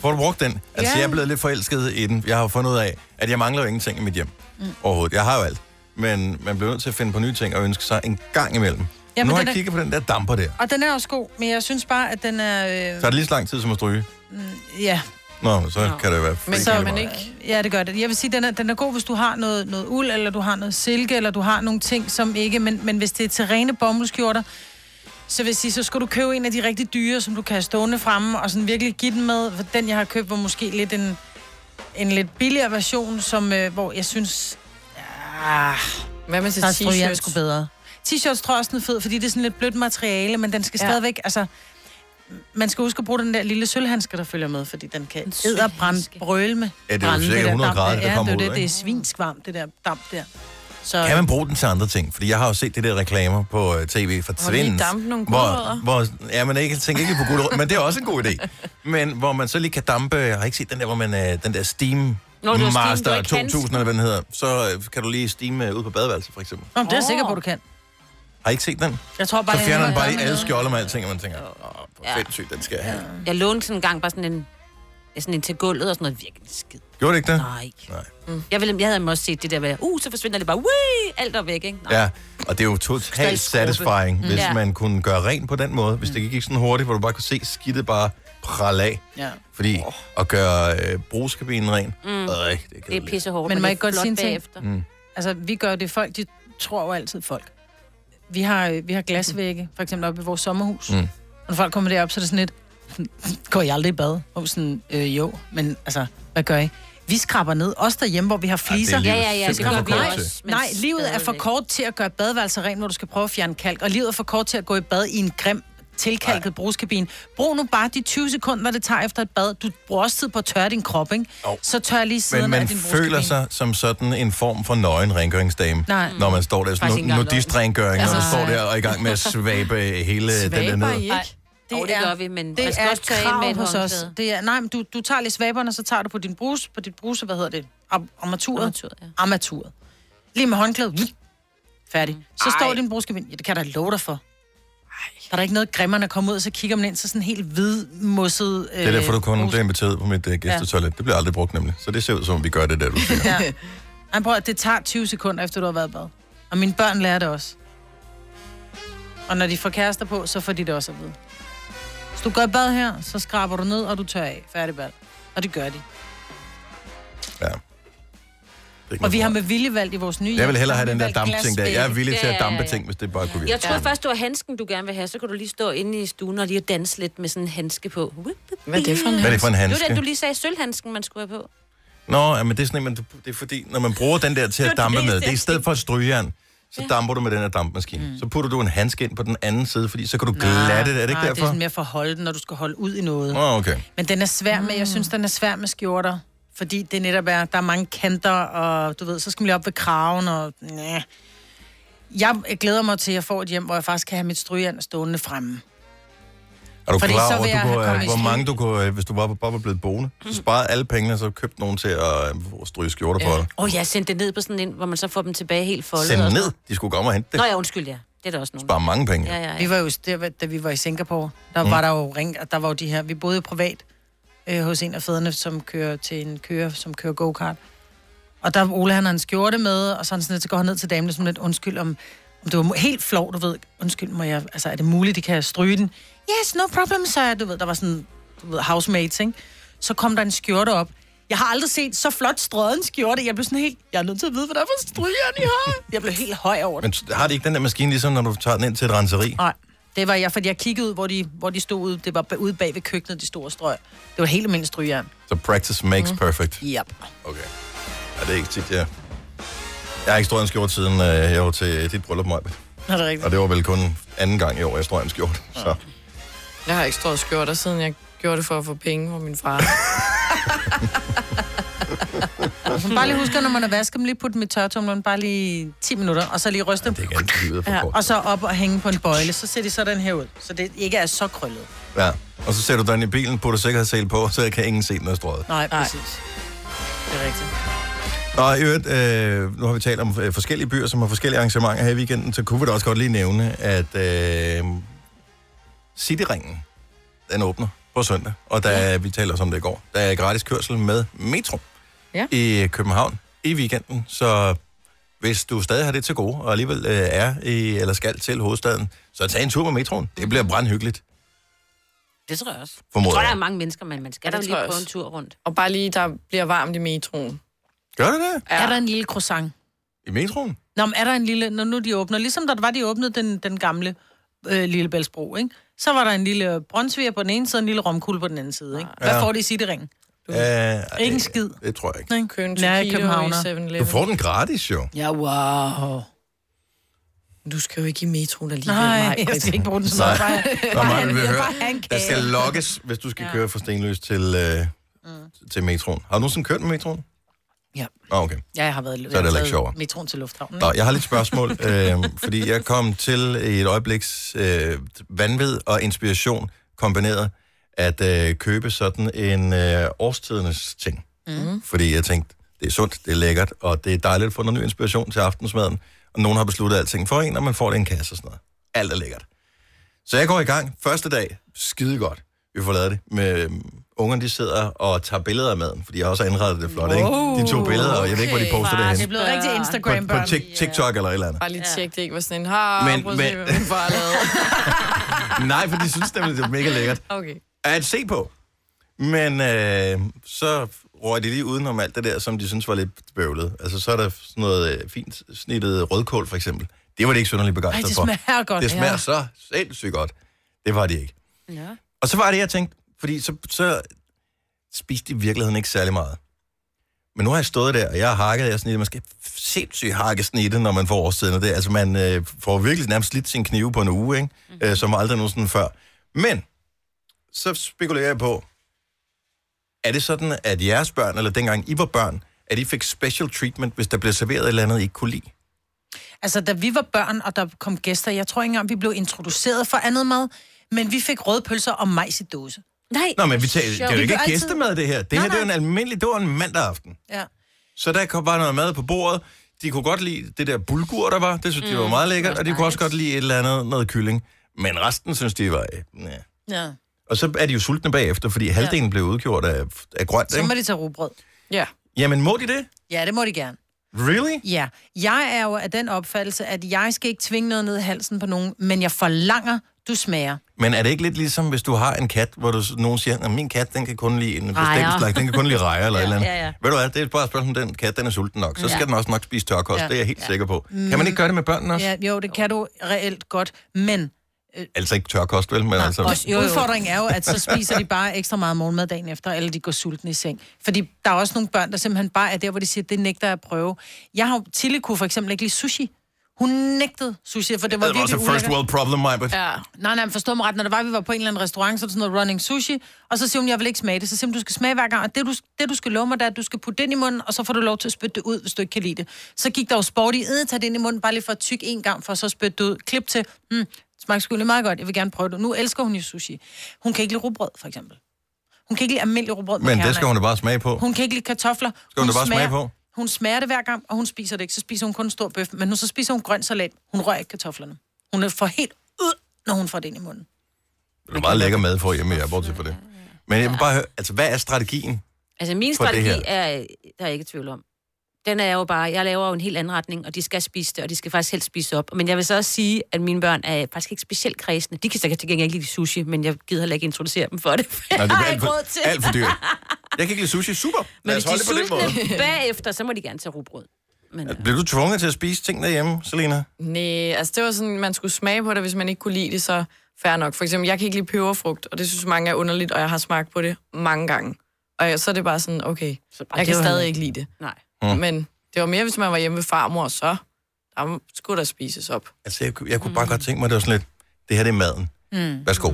Får du brugt den? Altså, Ja. jeg er blevet lidt forelsket i den. Jeg har jo fundet ud af, at jeg mangler jo ingenting i mit hjem. Mm. Overhovedet. Jeg har jo alt. Men man bliver nødt til at finde på nye ting og ønske sig en gang imellem. Ja, Ja, men nu har den jeg er- kigget på den der damper der. Og den er også god, men jeg synes bare, at den er... Øh, mm, Så er det lige så lang tid som at stryge. ja. Nå, så kan det jo være... Men freaking så meget. man ikke... Ja, det gør det. Jeg vil sige, den er, den er god, hvis du har noget, noget uld, eller du har noget silke, eller du har nogle ting, som ikke... Men, men hvis det er til rene bomuldskjorter, så vil jeg sige, så skal du købe en af de rigtig dyre, som du kan have stående fremme, og sådan virkelig give den med. For den, jeg har købt, var måske lidt en, en lidt billigere version, som, øh, hvor jeg synes... Ah, Hvad med til der tror jeg, jeg t-shirts? sgu bedre. T-shirts tror jeg også, den er fed, fordi det er sådan lidt blødt materiale, men den skal Ja. ja. stadigvæk... Altså, man skal huske at bruge den der lille sølvhandske, der følger med, fordi den kan edderbrænde brøle med. Ja, det er jo brænde, cirka der 100 damp grader, der. det kommer ja, det, er jo ud, det, det er ikke? svinsk varmt, det der damp der. Så, Kan man bruge den til andre ting? Fordi jeg har jo set det der reklamer på øh, tv for Hvor de Twins. damper nogle hvor, gulerødder. hvor, ja, man ikke, tænker ikke på gulerødder, men det er også en god idé. Men hvor man så lige kan dampe, jeg har ikke set den der, hvor man, øh, den der Steam Nå, det var Steam, Master du ikke kan. 2000, eller hvad den hedder, så øh, kan du lige steame øh, ud på badeværelset, for eksempel. Nå, men det er jeg sikker på, du kan. Har I ikke set den? Jeg tror Så bare, fjerner den bare i lige alle skjolde med alting, og man tænker, åh, hvor fedt den skal jeg have. Jeg lånte sådan en gang bare sådan en, ja, sådan en til gulvet og sådan noget virkelig skid. Gjorde det ikke det? Nej. Nej. Mm. Jeg, ville, jeg havde måske også set det der med, uh, så forsvinder det bare, Wii! alt er væk, ikke? Ja, og det er jo totalt Staldskruppe. satisfying, Mm. hvis Ja. man kunne gøre rent på den måde. Hvis det gik sådan hurtigt, hvor du bare kunne se skidtet bare prale af. Ja. Fordi at gøre øh, brugskabinen ren, mm. øh, det kan Det er pissehårdt, Men men det må jeg er ikke godt flot sige en ting? bagefter. Mm. Altså, vi gør det, folk, de tror jo altid folk. Vi har, øh, vi har glasvægge, for eksempel oppe i vores sommerhus. Mm. Mm. Når folk kommer derop, så er det sådan lidt, går I aldrig i bad? Og sådan, øh, jo, men altså, hvad gør I? Vi skraber ned, også derhjemme, hvor vi har fliser. livet Ja, ja, ja, det simpelthen gør for vi kort nej, også, til. men nej, livet er for stadigvæk. kort til at gøre badeværelser rent, hvor du skal prøve at fjerne kalk. Og livet er for kort til at gå i bad i en grim tilkalket brugskabine. Brug nu bare de 20 sekunder, det tager efter et bad. Du bruger også tid på at tørre din krop, ikke? Oh. Så tør lige siden Men man af din føler brugskabine. sig som sådan en form for nøgen rengøringsdame, Nej. når man står der. Faktisk Sådan ikke no- engang nudist-rengøring, når du Altså- står der og er i gang med at svabe hele den der ned. Nej, Det, oh, det gør vi, men Det man skal er også et tage ind krav med et hos os. håndklæde. Det er, nej, men du, du tager lige svaberne, så tager du på din bruse, på dit bruse, hvad hedder det? Am- Armaturet? Armaturet, ja. Armaturet. Hm. Mm. Lige med håndklædet. Færdig. Så står din brugskabin. Ja, det kan jeg da love dig for. Der er der ikke noget grimmere, når kommer ud, og så kigger man ind, så sådan helt hvidmosset... øh, Det er derfor, du kun blev inviteret på mit uh, gæstetoilet. Det bliver aldrig brugt nemlig. Så det ser ud som, om vi gør det der, du siger. Ja. Ej, prøv, at- det tager 20 sekunder, efter du har været i bad. Og mine børn lærer det også. Og når de får kærester på, så får de det også at vide. Hvis du går i bad her, så skraber du ned, og du tør af. Færdig bad. Og det gør de. ikke Og vi har med vilje valgt i vores nye Jeg vil hellere have hjem, den så der har vi valgt dampting der. Jeg er glasvægge. villig til Ja, at ja, dampe ja. ting, hvis det bare kunne virke. Jeg troede først, det var handsken, du gerne vil have. Så kunne du lige stå inde i stuen og lige danse lidt med sådan en handske på. Hvad er det for en Hvad er det for en handske? Det var den, du lige sagde, sølvhandsken, man skulle have på. Nå, ja, men det er sådan en, man, det er fordi, når man bruger den der til Det at var dampe det, med, jeg det er i stedet for et strygejern, så Ja. Mm. damper du med den her dampmaskine. Så putter du en handske ind på den anden side, fordi så kan du glatte det. Er det ikke nej, det er derfor? sådan mere for at holde den, når du skal holde ud i noget. Åh, oh, okay. Men den er svær med, jeg synes, den er svær med skjorter. Fordi det netop er, der er mange kanter, og du ved, så skal man lige op ved kraven, og næh. Jeg glæder mig til, at jeg får et hjem, hvor jeg faktisk kan have mit strygejern stående fremme. Er du Fordi så klar over, vil du jeg have kommet i kunne, Mm. øh, hvor stryg. mange du kunne, øh, hvis du bare, bare var blevet boende, så sparede alle pengene, og så købte nogen til at øh, stryge skjorter på dig. Åh, oh, jeg sendte det ned på sådan en, hvor man så får dem tilbage helt foldet. Send og sådan ned. De skulle komme og hente noget. det. Nå ja, undskyld, ja. Det er der også nogen. Bare mange penge. Ja, ja, ja. Vi var jo, der, var- da vi var i Singapore, der Mm. var der jo ring, og der var jo de her, vi boede jo privat øh, hos en af fædrene, som kører til en kører, som kører go-kart. Og der Ole, han har en skjorte med, og sådan sådan lidt, så går han ned til damen, som lidt undskyld om, om det var mu- helt flov, du ved, undskyld, må jeg, altså er det muligt, de kan stryge den? Yes, no problem, sir, du ved, der var sådan, du ved, housemates, ikke? Så kom der en skjorte op. Jeg har aldrig set så flot strøget en skjorte. Jeg blev sådan helt, jeg er nødt til at vide, hvad der er for strygeren, I har. Jeg blev helt høj over det. Men t- har de ikke den der maskine, ligesom når du tager den ind til et renseri? Nej, det var jeg, fordi jeg kiggede ud, hvor de, hvor de stod ude. Det var ba- ude bag ved køkkenet, de store strøg. Det var helt almindeligt strygejern. Så practice makes Mm. perfect. Yep. Okay. Ja, det er ikke tit, jeg... Jeg har ikke strøget en skjorte siden øh, jeg var til dit bryllup, Maja. Er det rigtigt? Og det var vel kun anden gang i år, jeg strøg en skjorte. Så. Jeg har ikke strået skjorter, siden jeg gjorde det for at få penge fra min far. Man bare lige husker, når man har vasket dem, lige putte dem i tørretumleren, bare lige 10 minutter, og så lige ryste dem. for Ja, kort. og så op og hænge på en bøjle. Så ser de sådan her ud, så det ikke er så krøllet. Ja. Og så sætter du dig ind i bilen, putter sikkerhedssel på, så kan ingen se den er strøget. Nej, Nej. præcis. Det er rigtigt. Og i øvrigt, øh, nu har vi talt om øh, forskellige byer, som har forskellige arrangementer her i weekenden, så kunne vi da også godt lige nævne, at øh, Cityringen, den åbner på søndag, og der, ja. vi taler også om det i går, der er gratis kørsel med metro Ja. i København i weekenden, så hvis du stadig har det til gode, og alligevel øh, er i, eller skal til hovedstaden, så tag en tur med metroen. Det bliver brandhyggeligt. Det tror jeg også. Formoder jeg tror, der er jeg. mange mennesker, men man skal Ja, da det lige tror jeg prøve en også. tur rundt. Og bare lige, der bliver varmt i metroen. Gør det det? Ja. Er der en lille croissant? I metroen? Nå, men er der en lille... Når nu de åbner, ligesom der var, de åbnede den, den gamle øh, Lillebæltsbro, ikke? Så var der en lille brøndsviger på den ene side, og en lille romkugle på den anden side, ikke? Hvad Ja. får de i cityringen? Øh, ikke en skid. Det tror jeg ikke. Køn til Kilo i 7-Eleven. Du får den gratis, jo. Ja, wow. Du skal jo ikke i metroen alligevel. Nej, Maj-Brit. jeg skal ikke bruge den så Nej, meget. Nej. Bare- Nå, bare Maja, have- vi vil høre. bare have en kage. Der skal lokkes, hvis du skal køre fra Stenløs til, øh, til metroen. Har du nogensinde kørt med metroen? Mm. Ja. Mm. Ah, okay. Ja, jeg har været Så er det heller ikke sjovere. Metroen til Lufthavnen. Nå, jeg har lidt spørgsmål, øh, fordi jeg kom til i et øjebliks øh, vanvid og inspiration kombineret at øh, købe sådan en øh, årstidernes ting. Mm. Fordi jeg tænkte, det er sundt, det er lækkert, og det er dejligt at få noget ny inspiration til aftensmaden. Og nogen har besluttet alting for en, og man får det i en kasse og sådan noget. Alt er lækkert. Så jeg går i gang. Første dag, skide godt. Vi får lavet det. Med, øhm, ungerne de sidder og tager billeder af maden, fordi jeg har også indrettet det flot, ikke? De to billeder, og jeg ved ikke, hvor de poster det hen. Det er blevet rigtig på, på Instagram-børn. tik, TikTok eller et eller andet. Bare lige tjek, det ikke var sådan en, har men, Men- prøv at se, men- hvad min far lavede. Nej, for de synes nemlig, det var mega lækkert Okay. at se på. Men øh, så røg de lige udenom alt det der, som de synes var lidt bøvlet. Altså, så er der sådan noget øh, fint snittet rødkål, for eksempel. Det var de ikke synderligt Ej, begejstret det for. smager godt. Det smager Ja. så sindssygt godt. Det var de ikke. Ja. Og så var det, jeg tænkte, fordi så, så spiste de i virkeligheden ikke særlig meget. Men nu har jeg stået der, og jeg har hakket, jeg er sådan, lidt, man skal sindssygt hakke snitte, når man får årstiden. og Det, er- altså, man øh, får virkelig nærmest lidt sin knive på en uge, ikke? Mhm. Mm-hmm. Øh, som aldrig nogensinde før. Men, så spekulerer jeg på, er det sådan, at jeres børn, eller dengang I var børn, at I fik special treatment, hvis der blev serveret et eller andet, I ikke kunne lide? Altså, da vi var børn, og der kom gæster, jeg tror ikke engang, vi blev introduceret for andet mad, men vi fik røde pølser og majs i dåse. Nej, Nå, men vi tager, det er jo ikke altid- gæstemad, det her. Det Nej, her, det er jo en nej. almindelig, det var en mandag aften. Ja. Så der kom bare noget mad på bordet. De kunne godt lide det der bulgur, der var. Det synes mm, de var meget lækkert. Og de kunne også godt lide et eller andet, noget kylling. Men resten synes de var... Øh, næh. Ja. og så er de jo sultne bagefter, fordi halvdelen blev udgjort af, af grønt, Så må ikke? de tage rugbrød. Ja. Jamen, må de det? Ja, det må de gerne. Really? Ja, jeg er jo af den opfattelse, at jeg skal ikke tvinge noget ned i halsen på nogen, men jeg forlanger, du smager. Men er det ikke lidt ligesom, hvis du har en kat, hvor du, s- nogen siger, at min kat, den kan kun lide en bestemt Rejer. slags, den kan kun lide rejer eller et eller andet. Ja, ja. Ved du hvad, det er bare et spørgsmål om den kat, den er sulten nok. Så Ja. skal den også nok spise tørkost, Ja. det er jeg helt Ja. Mm. sikker på. Kan man ikke gøre det med børnene også? Ja, jo, det kan du reelt godt, men Altså ikke tørkost, vel? Men altså... også, jo, jo. udfordringen er jo, at så spiser de bare ekstra meget morgenmad dagen efter, eller de går sultne i seng. Fordi der er også nogle børn, der simpelthen bare er der, hvor de siger, det nægter jeg at prøve. Jeg har jo, Tilly kunne for eksempel ikke lide sushi. Hun nægtede sushi, for det var det var også virkelig et first ulækkert. world problem, Majbert. Ja. Nej, nej, men forstå mig ret. Når det var, vi var på en eller anden restaurant, så var det sådan noget running sushi, og så siger hun, jeg vil ikke smage det. Så siger hun, du skal smage hver gang, og det du, det du skal love mig, det er, at du skal putte det ind i munden, og så får du lov til at spytte det ud, hvis du ikke kan lide det. Så gik der jo sport i, øh, tag det ind i munden, bare lige for at tykke en gang, for så at spytte det ud. Klip til, hmm, smagte sgu lige meget godt, jeg vil gerne prøve det. Nu elsker hun jo sushi. Hun kan ikke lide rugbrød, for eksempel. Hun kan ikke lide almindelig rugbrød med Men kerner det skal i. hun da bare smage på. Hun kan ikke lide kartofler. Skal hun da bare smage på? Hun smager det hver gang, og hun spiser det ikke. Så spiser hun kun en stor bøf, men nu så spiser hun grøn salat. Hun rører ikke kartoflerne. Hun er for helt ud, når hun får det ind i munden. Det er meget lækker mad for hjemme, jeg er bortset for det. Men jeg vil bare høre, altså hvad er strategien? Altså, min For det strategi her. er, øh, der er ikke tvivl om. Den er jeg jo bare, jeg laver jo en helt anden retning, og de skal spise det, og de skal faktisk helst spise op. Men jeg vil så også sige, at mine børn er faktisk ikke specielt kredsende. De kan sikkert til gengæld ikke lide sushi, men jeg gider heller ikke introducere dem for det. for jeg Nå, det har bliver alt ikke råd til. for, alt for dyrt. Jeg kan ikke lide sushi. Super. Men Lad os hvis holde det på de den er måde. sultne bagefter, så må de gerne tage rugbrød. Bliver du tvunget til at spise ting derhjemme, Selina? Nej, altså det var sådan, man skulle smage på det, hvis man ikke kunne lide det, så fair nok. For eksempel, jeg kan ikke lide peberfrugt, og det synes mange er underligt, og jeg har smagt på det mange gange. Og jeg, så er det bare sådan, okay, så bare jeg kan det var stadig han- ikke lide det. Nej. Mm. Men det var mere, hvis man var hjemme ved farmor, så der skulle der spises op. Altså, jeg, kunne- jeg kunne bare godt tænke mig, det var sådan lidt, det her det er maden. Mm. Værsgo.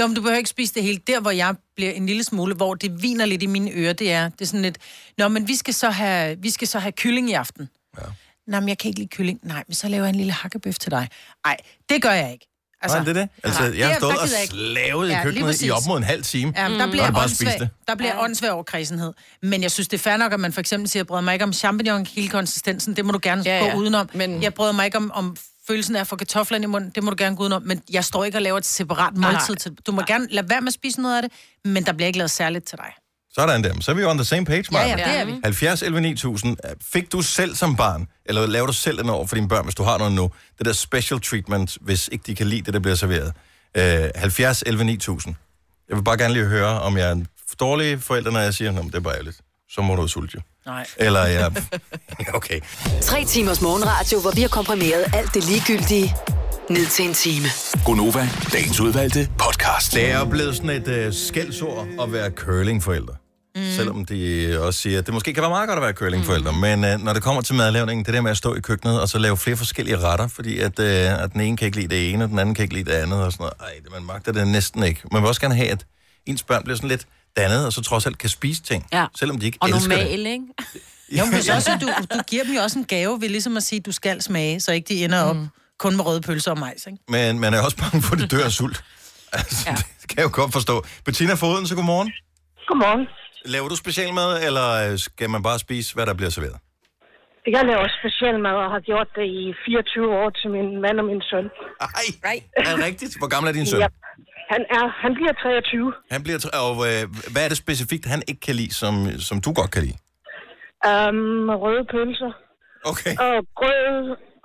Jo, men du behøver ikke spise det hele. Der, hvor jeg bliver en lille smule, hvor det viner lidt i mine ører, det er, det er sådan lidt, Nå, men vi skal så have, vi skal så have kylling i aften. Ja. Nå, men jeg kan ikke lide kylling. Nej, men så laver jeg en lille hakkebøf til dig. Nej, det gør jeg ikke. Altså, Nej, det er det. Altså, nej, jeg har der stået og gider jeg ikke. slavet i Ja, lige køkkenet i præcis. op mod en halv time. Ja, men der Mm. bliver Og mm. bare spise åndssvag, det. der bliver ja. åndssvag over kredsenhed. Men jeg synes, det er fair nok, at man for eksempel siger, jeg bryder mig ikke om champignon hele konsistensen, det må du gerne ja, gå ja. ja. udenom. Men... Jeg bryder mig ikke om, om følelsen af at få kartofler ind i munden, det må du gerne gå udenom, men jeg står ikke og laver et separat Nej. måltid til Du må gerne lade være med at spise noget af det, men der bliver ikke lavet særligt til dig. Sådan der. Så er vi jo on the same page, Ja, ja, Maja. det er vi. 70 11 9000. Fik du selv som barn, eller laver du selv en over for dine børn, hvis du har noget nu, det der special treatment, hvis ikke de kan lide det, der bliver serveret? Øh, 70 11 9000. Jeg vil bare gerne lige høre, om jeg er en dårlig forælder, når jeg siger, at det er bare ærligt. Så må du udsulte. Nej. Eller jeg... Okay. Tre timers morgenradio, hvor vi har komprimeret alt det ligegyldige ned til en time. Gonova, dagens udvalgte podcast. Det er jo blevet sådan et øh, skældsord at være curlingforældre. Mm. Selvom de også siger, at det måske kan være meget godt at være curlingforældre, mm. men øh, når det kommer til madlavningen, det der med at stå i køkkenet og så lave flere forskellige retter, fordi at, øh, at den ene kan ikke lide det ene, og den anden kan ikke lide det andet, og sådan noget. Ej, det, man magter det næsten ikke. Man vil også gerne have, at ens børn bliver sådan lidt dannet, og så trods alt kan spise ting, ja. selvom de ikke Og elsker det. normal, ikke? Jo, men så også, du, du giver dem jo også en gave ved ligesom at sige, du skal smage, så ikke de ender op kun med røde pølser og majs, ikke? Men man er også bange for, at de dør af sult. Altså, ja. det kan jeg jo godt forstå. Bettina Foden, så godmorgen. Godmorgen. Laver du specialmad, eller øh, skal man bare spise, hvad der bliver serveret? Jeg laver specialmad og har gjort det i 24 år til min mand og min søn. Ej, Nej. Er det rigtigt? Hvor gammel er din søn? Ja. Han, er, han bliver 23. Han bliver, tre- og øh, hvad er det specifikt, han ikke kan lide, som, som du godt kan lide? Um, røde pølser. Okay. Og grød.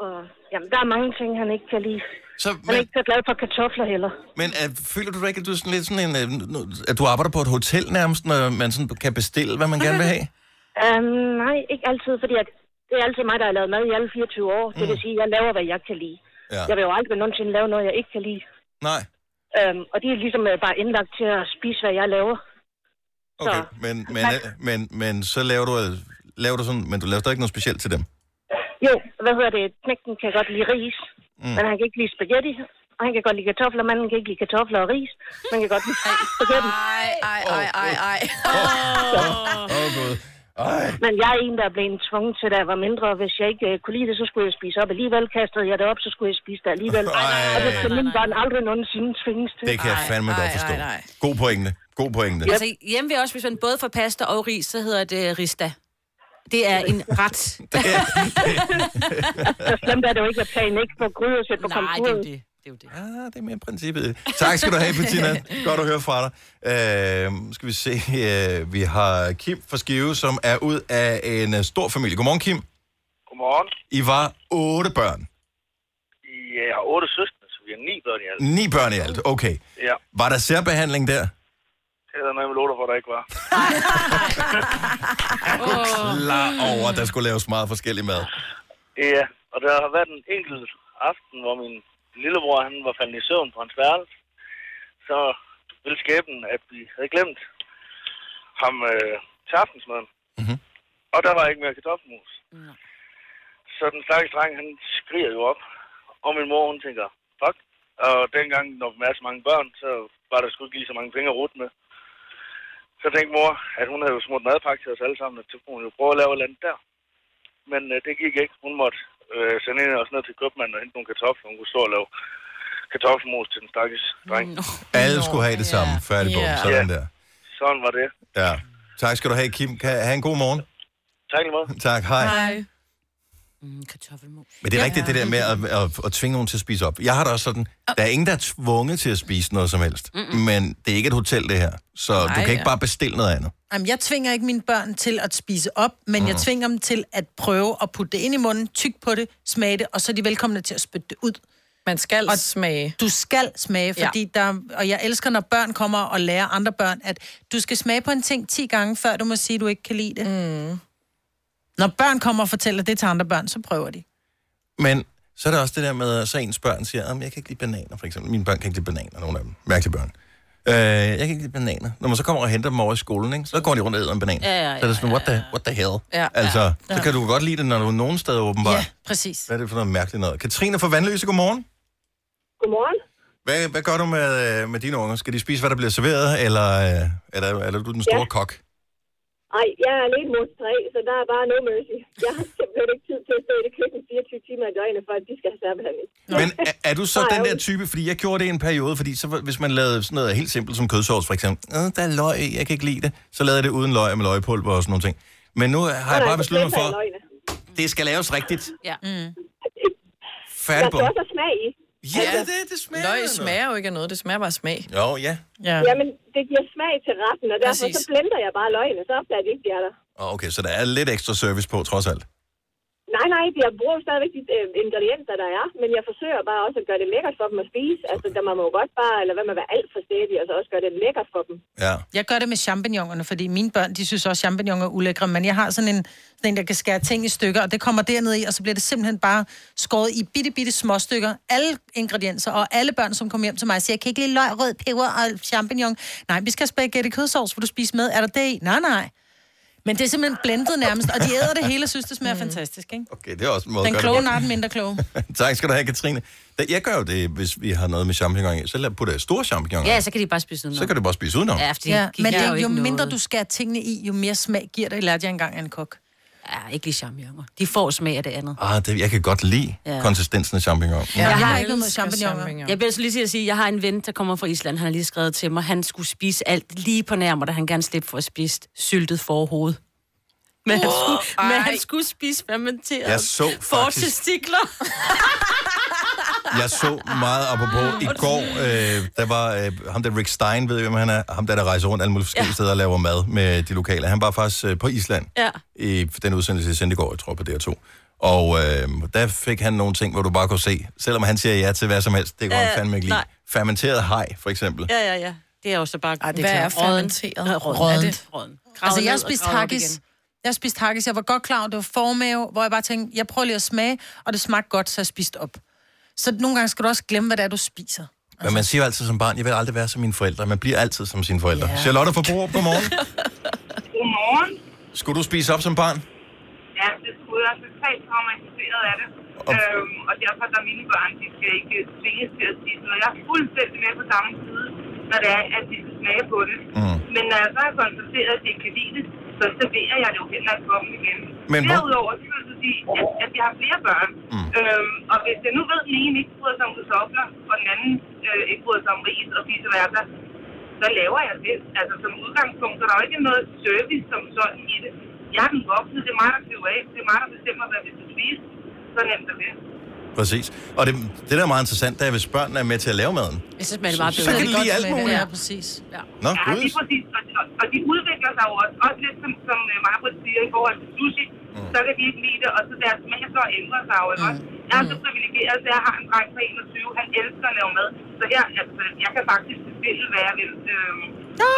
Og, jamen, der er mange ting, han ikke kan lide. Så, Han er ikke så glad for kartofler heller. Men øh, føler du da ikke, at du er sådan lidt sådan en, øh, nu- at du arbejder på et hotel nærmest, når man sådan kan bestille, hvad man gerne vil have? Um, nej, ikke altid, fordi at det er altid mig, der har lavet mad i alle 24 år. Det vil sige, at jeg laver, hvad jeg kan lide. Mm. Ja. Jeg vil jo aldrig nogensinde lave noget, jeg ikke kan lide. Nej. Um, og de er ligesom øh, bare indlagt til at spise, hvad jeg laver. Okay, men, men, øh, men, men så laver du, øh, laver du sådan, men du laver stadig ikke noget specielt til dem? Jo, hvad hedder det? Knægten kan godt lide ris, Mm. mm. men han kan ikke lide spaghetti. Og han kan godt lide kartofler, men han kan ikke lide kartofler og ris. Man kan godt lide spaghetti. Ej, ej, ej, ej, ej. Åh, oh, Gud. Men jeg er en, der er blevet tvunget til, da jeg var mindre. og Hvis jeg ikke øh, kunne lide det, så skulle jeg spise op. Alligevel kastede jeg det op, så skulle jeg spise det alligevel. Ej. Og det skal mine børn aldrig nogensinde tvinges til. Det kan jeg fandme godt forstå. God pointe. God pointe. Altså, hjemme ved os, hvis man både får pasta og ris, så hedder det øh, rista. Det er en ret. Så slemt er det jo ikke at tage en ekstra gryde og sætte på komfuret. det. Det er jo det. Ah, det er mere princippet. Tak skal du have, Bettina. Godt at høre fra dig. Øh, skal vi se. Øh, vi har Kim fra Skive, som er ud af en øh, stor familie. Godmorgen, Kim. Godmorgen. I var otte børn. Ja, Jeg øh, har otte søstre, så vi har ni børn i alt. Ni børn i alt. Okay. Ja, Var der særbehandling der? det er der noget, jeg vil love dig for, der ikke var. Klar over, at der skulle laves meget forskellig mad. Ja, og der har været en enkelt aften, hvor min lillebror han var faldet i søvn på hans værelse. Så ville skæbnen, at vi havde glemt ham øh, til aftensmaden. Mm-hmm. Og der var ikke mere kartoffelmos. Nej. Så den stakkels dreng, han skriger jo op. Og min mor, hun tænker, fuck. Og dengang, når vi var så mange børn, så var der sgu ikke lige så mange penge at rute med. Så tænkte mor, at hun havde jo smurt madpakke til os alle sammen, og så kunne hun jo prøve at lave et eller andet der. Men øh, det gik ikke. Hun måtte øh, sende en af os ned til købmanden og hente nogle kartofler. Hun kunne stå og lave kartoffelmos til den stakkels dreng. Alle skulle have det samme. Færdig bum. Ja. Sådan der. Sådan var det. Ja. Tak skal du have, Kim. Kan have en god morgen. Tak lige meget. Tak. Hej. Mm, kartoffelmos. Men det er rigtigt, det der med at, at, at tvinge nogen til at spise op. Jeg har det også sådan, der er ingen, der er tvunget til at spise noget som helst. Mm-mm. Men det er ikke et hotel, det her. Så Nej, du kan ikke ja. bare bestille noget andet. Jamen, jeg tvinger ikke mine børn til at spise op, men mm. jeg Mm. tvinger dem til at prøve at putte det ind i munden, tyk på det, smage det, og så er de velkomne til at spytte det ud. Man skal og smage. Du skal smage, fordi ja. der, og jeg elsker, når børn kommer og lærer andre børn, at du skal smage på en ting 10 gange, før du må sige, at du ikke kan lide det. Mm. Når børn kommer og fortæller det til andre børn, så prøver de. Men så er der også det der med, at så ens børn siger, at jeg kan ikke lide bananer, for eksempel. Mine børn kan ikke lide bananer, nogle af dem. Mærkelige børn. Øh, jeg kan ikke lide bananer. Når man så kommer og henter dem over i skolen, ikke, så går de rundt og æder en banan. Ja, ja, ja, så er det sådan, what the, what the hell? Ja. altså, Ja. så kan du godt lide det, når du er nogen steder åbenbart. Ja. Præcis. Hvad er det for noget mærkeligt noget? Katrine fra Vandløse, godmorgen. Godmorgen. Hvad, hvad gør du med, øh, med dine unger? Skal de spise, hvad der bliver serveret, eller øh, er, der, er der du den store ja. Ja. kok? Ej, jeg er alene mor til tre, så der er bare no mercy. Jeg har simpelthen ikke tid til at stå i det køkken 24 timer i døgnet, for at de skal have særbehandling. Men er, er du så Nej, den der jo. type, fordi jeg gjorde det i en periode, fordi så, var- hvis man lavede sådan noget helt simpelt som kødsovs for eksempel, "Øh, der er løg, i, jeg kan ikke lide det, så lavede jeg det uden løg og med løgpulver og sådan nogle ting. Men nu har jeg bare besluttet mig for, det skal laves rigtigt. Ja. Mm. Færdig på. også smag i. Ja, det, det, det smager Løg smager jo ikke af noget, det smager bare af smag. Jo, ja. Ja. Jamen, det giver smag til retten, og derfor Præcis. så blender jeg bare løgene, så opdager de ikke, de er der. Åh, Okay, så der er lidt ekstra service på, trods alt. Nej, nej, jeg bruger jo stadigvæk de øh, ingredienser, der er, men jeg forsøger bare også at gøre det lækkert for dem at spise. Altså, der man må jo godt bare lade være med at være alt for stedig, og så også gøre det lækkert for dem. Ja. Jeg gør det med champignonerne, fordi mine børn, de synes også, at champignoner er ulækre, men jeg har sådan en, sådan en, der kan skære ting i stykker, og det kommer derned i, og så bliver det simpelthen bare skåret i bitte, bitte små stykker. Alle ingredienser, og alle børn, som kommer hjem til mig, siger, jeg kan ikke lide løg, rød, peber og champignon. Nej, vi skal have spaghetti kødsovs, hvor du spiser med. Er der det i? Nej, nej. Men det er simpelthen blendet nærmest, og de æder det hele og synes, det Mm. smager fantastisk, ikke? Okay, det er også en måde Den at gøre kloge det. nar den mindre kloge. tak skal du have, Katrine. Da- Jeg gør jo det, hvis vi har noget med champignon i. Så lad- putter jeg store champignon i. Ja, så kan de bare spise noget. så kan du bare spise udenom. Ja, fordi Ja, de men giver det, jo jo, jo ikke mindre noget. du skærer tingene i, jo mere smag giver det, lærte jeg engang af en kok. Ja, ikke lige champignoner. De får smag af det andet. Ah, det, jeg kan godt lide Ja. ja. konsistensen af champignon. Ja, jeg, har ikke noget mod champignoner. champignoner. Jeg bliver så lige til at sige, at jeg har en ven, der kommer fra Island. Han har lige skrevet til mig, han skulle spise alt lige på nærmere, da han gerne slippe for at spise syltet forhoved. Men, han, Uh, skulle, men ej. han skulle spise fermenteret Jeg så faktisk- fortestikler. Jeg så meget apropos i går, øh, der var øh, ham der Rick Stein, ved jeg, hvem han er, ham der, der rejser rundt alle mulige forskellige ja. steder og laver mad med de lokale. Han var faktisk øh, på Island Ja. i den udsendelse, jeg sendte i går, jeg tror på DR2. Og øh, der fik han nogle ting, hvor du bare kunne se, selvom han siger ja til hvad som helst, det kunne Ja, ja, han fandme ikke lide. nej. Fermenteret hej, for eksempel. Ja. Ja, ja, ja. Det er også bare... Ej, Hvad er fermenteret? Rådent. Rådent. Altså, jeg spiste hakkis. Jeg spiste hakkis. Jeg var godt klar over, det var formave, hvor jeg bare tænkte, jeg prøver lige at smage, og det smagte godt, så jeg spiste op. Så nogle gange skal du også glemme, hvad det er, du spiser. Men man siger jo altid som barn, jeg vil aldrig være som mine forældre. Man bliver altid som sine forældre. Ja. Ja. Charlotte fra Borup, godmorgen. Godmorgen. Skulle du spise op som barn? Ja, det skulle jeg også være totalt traumatiseret af det. Øhm, og derfor der mine børn, de skal ikke tvinges til at spise noget. Jeg er fuldstændig med på samme side, når det er, at de skal smage på det. Mm. Men når jeg så har konstateret, at de ikke kan lide det, så serverer jeg det jo heller ikke for dem igen. Men hvor- Derudover, så vil jeg så sige, at, at jeg har flere børn. Mm. Øhm, og hvis jeg nu ved, at den ene ikke bryder sig om kartofler, og den anden øh, ikke bryder sig om ris og vice versa, så laver jeg det. Altså som udgangspunkt, så der er jo ikke noget service som sådan i det. Jeg er den voksne, det er mig, der køber af, det er mig, der bestemmer, hvad vi skal spise. Så nemt er det. Præcis. Og det, det der er meget interessant, det er, hvis børnene er med til at lave maden. Jeg synes, man er meget Så kan de lide alt muligt. Ja, præcis. Ja. Nå, ja, gud. lige præcis. Og, og, og de udvikler sig jo også, også lidt, som, som øh, Marbrit siger, i forhold til sushi. Mm. Så kan de ikke lide det, og så deres smag så ændrer sig jo ikke også. Mm. Jeg er så privilegeret, at jeg har en dreng på 21. Han elsker at lave mad. Så jeg, altså, jeg kan faktisk bestille, hvad jeg vil. Øhm, og,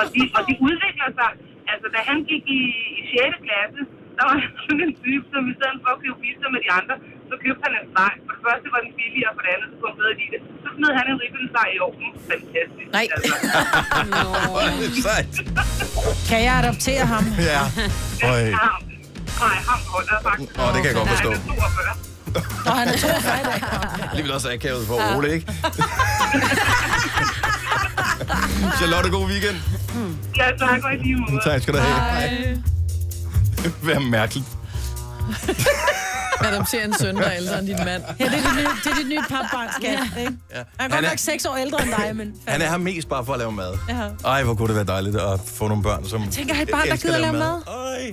og, de, og de udvikler sig. Altså, da han gik i, i 6. klasse, der var han sådan en type, som i stedet for at købe pizza med de andre, så købte han en steg. For det første var den billigere, og for det andet, så kunne han bedre lide det. Så smed han en ribbensteg i ovnen. Fantastisk. altså. Nej. Sejt. Kan jeg adoptere ham? Ja. Øj. Nej, ham holder jeg faktisk. Åh, det kan jeg godt forstå. Han er 42. Nå, han er 42 i dag. Alligevel også akavet for Ole, ikke? Charlotte, god weekend. Ja, tak og i lige måde. Tak skal du have. Vær mærkeligt. Adoptere en søn, der er ældre end din mand. Ja, det er dit nye, det er dit nye papbarn, skat. Ja. Ikke? Ja. Han er Han godt er- nok seks år ældre end dig, men... Han er her mest bare for at lave mad. Ja. Ej, hvor kunne det være dejligt at få nogle børn, som Tænker han bare, der elsker gider at lave mad? Øj.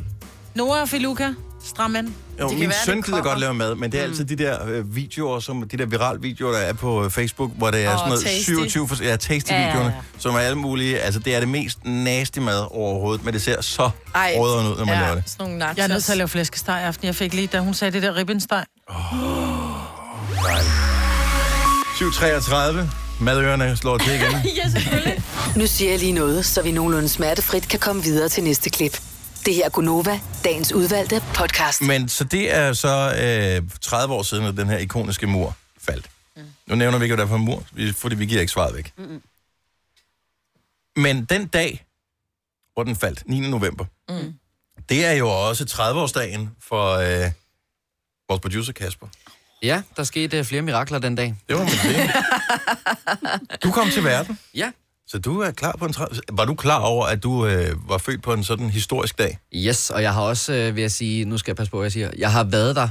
Nora og Filuka, Stramand. Jo, min søn gider godt lave mad, men det er Mm. altid de der øh, videoer, som de der viral videoer, der er på øh, Facebook, hvor det er Åh, sådan noget tasty. 27 for, ja, tasty Ja, ja, ja, ja. videoerne, som er alle mulige. Altså, det er det mest nasty mad overhovedet, men det ser så Ej, rødderen ud, når man ja, laver det. sådan nogle nachos. Jeg er nødt til at lave flæskesteg i aften. Jeg fik lige, da hun sagde det der ribbensteg. 7.33. Madørerne slår til igen. ja, selvfølgelig. Nu siger jeg lige noget, så vi nogenlunde smertefrit kan komme videre til næste klip. Det her er Gunova, dagens udvalgte podcast. Men så det er så øh, 30 år siden, at den her ikoniske mur faldt. Mm. Nu nævner vi ikke, hvad det er for en mur, vi- fordi vi giver ikke svaret væk. Mm-mm. Men den dag, hvor den faldt, 9. november, Mm. det er jo også 30-årsdagen for øh, vores producer Kasper. Ja, der skete øh, flere mirakler den dag. Det var det. Du kom til verden. Ja. Så du er klar på en 30... Var du klar over, at du øh, var født på en sådan historisk dag? Yes, og jeg har også, øh, vil jeg sige, nu skal jeg passe på, hvad jeg siger, jeg har været der,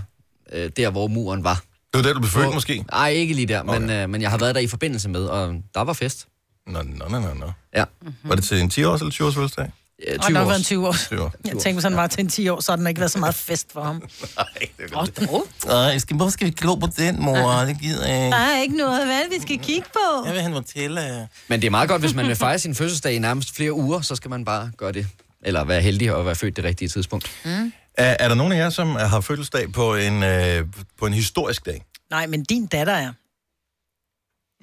øh, der hvor muren var. Det var der, du blev født, Hvor- måske? Nej, ikke lige der, men, øh, men jeg har været der i forbindelse med, og der var fest. Nå, nå, nå, nå, nå. Ja. Mm-hmm. Var det til en 10-års eller 20-års fødselsdag? Ja, Og der har været en 20 år. 20 år. Jeg tænkte, hvis han var til en 10 år, så har den ikke været så meget fest for ham. Nej, skal, hvorfor skal vi glo på den, mor? Det gider jeg Der er ikke noget, hvad vi skal kigge på. vil øh? have en Nutella. Men det er meget godt, hvis man vil fejre sin fødselsdag i nærmest flere uger, så skal man bare gøre det. Eller være heldig og være født det rigtige tidspunkt. Mm. Er, er der nogen af jer, som har fødselsdag på en, øh, på en historisk dag? Nej, men din datter er.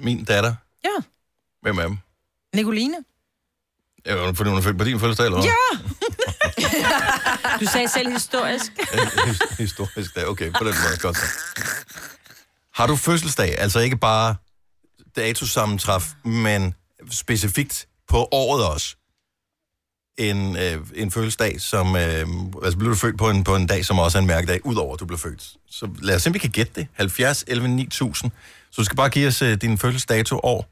Min datter? Ja. Hvem er dem? Nicoline. Er hun- Fordi hun er født på din fødselsdag, eller hvad? Ja! Du sagde selv historisk. historisk dag. Okay, på den måde. Godt. så. Har du fødselsdag? Altså ikke bare datosammentræf, men specifikt på året også. En, øh, en fødselsdag, som... Øh, altså blev du født på en, på en dag, som også er en mærkedag, udover at du blev født. Så lad os se, om vi kan gætte det. 70, 11, 9000. Så du skal bare give os øh, din fødselsdato, år,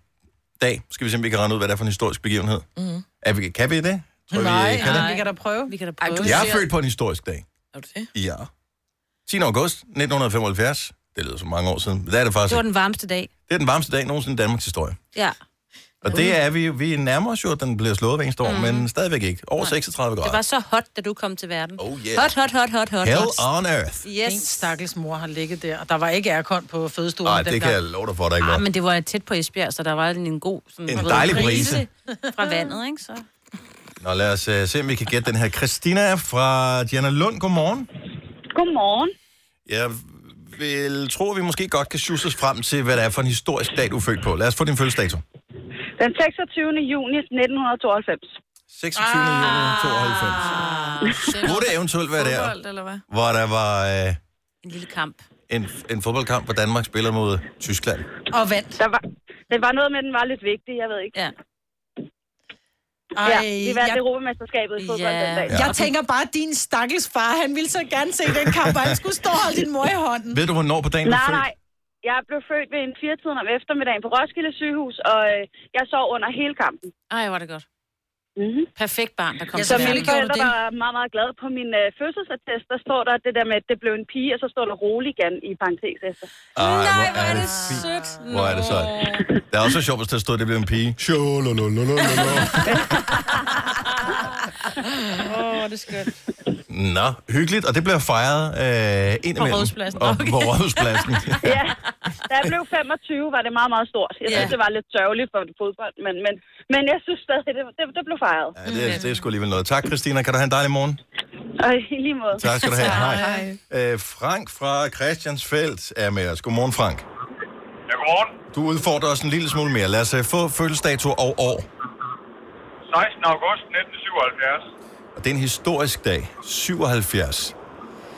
dag. Så skal vi se, om vi kan regne ud, hvad det er for en historisk begivenhenhed. Mm. Er vi, kan vi det? Tror I, vi kan det? Vi kan da prøve. Vi kan da prøve. Ej, du Jeg ser- er født på en historisk dag. Er du det? Ja. 10. august 1975. Det lyder som mange år siden. Men det er det faktisk. Det var ikke. den varmeste dag. Det er den varmeste dag nogensinde i Danmarks historie. Ja. Og det er vi vi nærmer os jo, at den bliver slået hver eneste år, mm. men stadigvæk ikke. Over 36 grader. Det var så hot, da du kom til verden. Oh yeah. Hot, hot, hot, hot, hot. Hell hot. on earth. Yes. En stakkels mor har ligget der, og der var ikke aircon på fødestuen. Nej, det dengang. kan jeg love dig for, der ikke var. Ah, men det var tæt på Esbjerg, så der var en god... Sådan, En rød dejlig brise. Fra vandet, ikke? Så. Nå, lad os uh, se, om vi kan gætte den her. Christina er fra Diana Lund, godmorgen. Godmorgen. Jeg vil tro, at vi måske godt kan sjuse os frem til, hvad det er for en historisk dag, du er født på. Lad os få din fødselsdato. Den 26. juni 1992. 26. Ah. juni 92. Burde eventuelt være der, Fodbold, eller hvad? hvor der var øh, En lille kamp. en, en fodboldkamp, hvor Danmark spiller mod Tyskland. Og vandt. Der var, det var noget med, at den var lidt vigtig, jeg ved ikke. Ja. Ej, ja, Ej, det var jeg- jeg... Europamesterskabet i fodbold den dag. Jeg tænker bare, at din stakkels far, han ville så gerne se den kamp, og han skulle stå og holde din mor i hånden. Ved du, hvornår på dagen du er Nej, født? nej. Jeg blev født ved en firetiden om eftermiddagen på Roskilde sygehus, og øh, jeg sov under hele kampen. Ej, var det godt. Mhm. Mm-hmm. Perfekt barn, der kom Ja, til så verden. mine forældre var meget, meget glade på min øh, fødselsattest. Der står der det der med, at det blev en pige, og så står der roligan i parentes efter. Ej, Nej, hvor er det sødt. Hvor er det så? Det er også sjovt, hvis der stod, at det blev en pige. Sjololololololol. Åh, oh, det er skønt. Nå, hyggeligt, og det bliver fejret øh, ind På imellem. Rådhuspladsen, Og, okay. På Rådhuspladsen. ja, da jeg blev 25, var det meget, meget stort. Jeg synes, Ja. det var lidt sørgeligt for fodbold, men, men, men jeg synes stadig, det, det, det blev fejret. Ja, det, er, det er sgu alligevel noget. Tak, Christina. Kan du have en dejlig morgen? Og i lige måde. Tak skal du have. Hej. Øh, Frank fra Christiansfeldt er med os. Godmorgen, Frank. Ja, godmorgen. Du udfordrer os en lille smule mere. Lad os øh, få fødselsdato og år. 16. august 1977. Og det er en historisk dag. 77.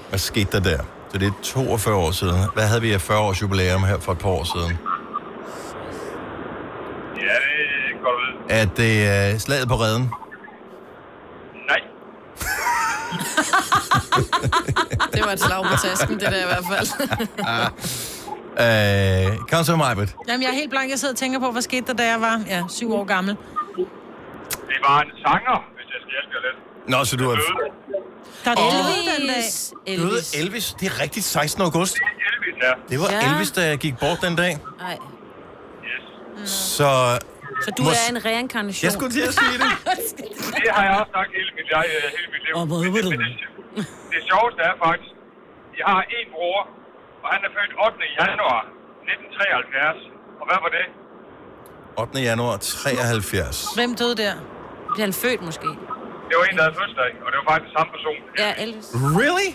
Hvad skete der der? Så det er 42 år siden. Hvad havde vi af 40 års jubilæum her for et par år siden? Ja, det er godt ved. At det øh, slaget på redden. Nej. Det var et slag på tasken, det der i hvert fald. Ah. Øh, kom så, Majbet. Jamen, jeg er helt blank. Jeg sidder og tænker på, hvad skete der, da jeg var ja, syv år gammel. Det var en sanger, hvis jeg skal hjælpe jer lidt. Nå, så du er... Der er Åh. Elvis den dag. Døde Elvis? Det er rigtigt 16. august. Elvis, ja. Det var Ja. ja. Elvis, der gik bort den dag. Nej. Så... Mm. Så du Mås- er en reinkarnation. Jeg skulle til at sige det. Det har jeg også sagt hele mit, jeg, øh, hele mit liv. Men det, men det, det sjoveste er faktisk, jeg har en bror, og han er født 8. januar 1973. Og hvad var det? 8. januar 73. Hvem døde der? Bliver han født måske? Det var en, der havde fødselsdag, og det var faktisk samme person. Ja, Elvis. Really?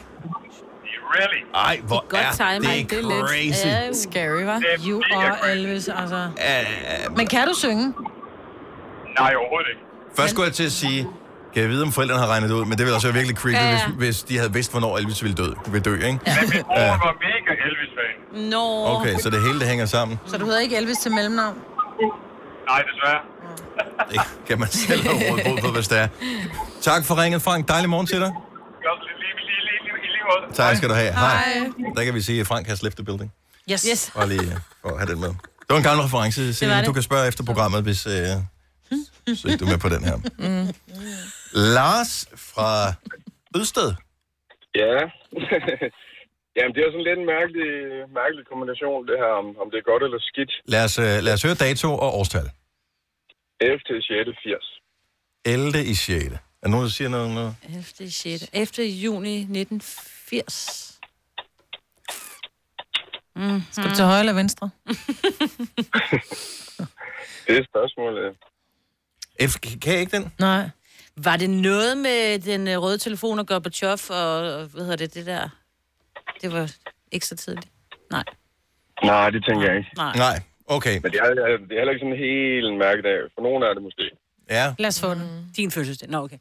Really? Ej, hvor Godt er timing. Ej, det, det er crazy. Ja, scary, hva'? You are Elvis, altså. Uh, Men kan du synge? nej, overhovedet ikke. Først skulle jeg til at sige, kan jeg vide, om forældrene har regnet det ud, men det ville også være virkelig creepy, Ja, ja, ja. ja. Hvis, hvis de havde vidst, hvornår Elvis ville dø, ville dø ikke? Ja. Ja. var mega Elvis-fan. Nå. Okay, så det hele det hænger sammen. Så du hedder ikke Elvis til mellemnavn? Nej, desværre. Det kan man selv have råd bod på, hvis det er. Tak for ringet, Frank. Dejlig morgen til dig. Godt, lige, lige, lige, lige, lige, lige, lige måde. Tak skal du have. Hej. Hej. Der kan vi sige, at Frank has left the building. Yes. yes. Bare lige øh, for at have den med. Det var en gammel reference, var Signe. det. Du kan spørge efter programmet, hvis, øh, hvis ikke du er med på den her. Mm. Lars fra Ødsted. Ja. Jamen, det er jo sådan lidt en mærkelig, mærkelig kombination, det her, om, om det er godt eller skidt. Lad os, øh, lad os høre dato og årstal. 11. til 6. 80. 11. i 6. Er der nogen, der siger noget? om noget? Efter, shit. Efter juni 1980. Mm. Skal du til højre eller venstre? Det er spørgsmålet. F- kan jeg ikke den? Nej. Var det noget med den øh, røde telefon og Gorbachev og, og hvad hedder det, det der? Det var ikke så tidligt. Nej. Nej, det tænker jeg ikke. Nej. Nej, okay. Men det er, det er heller ikke sådan en helt en mærkedag. For nogen er det måske. Ja. Lad os få den. Din fødselsdag. Nå, okay.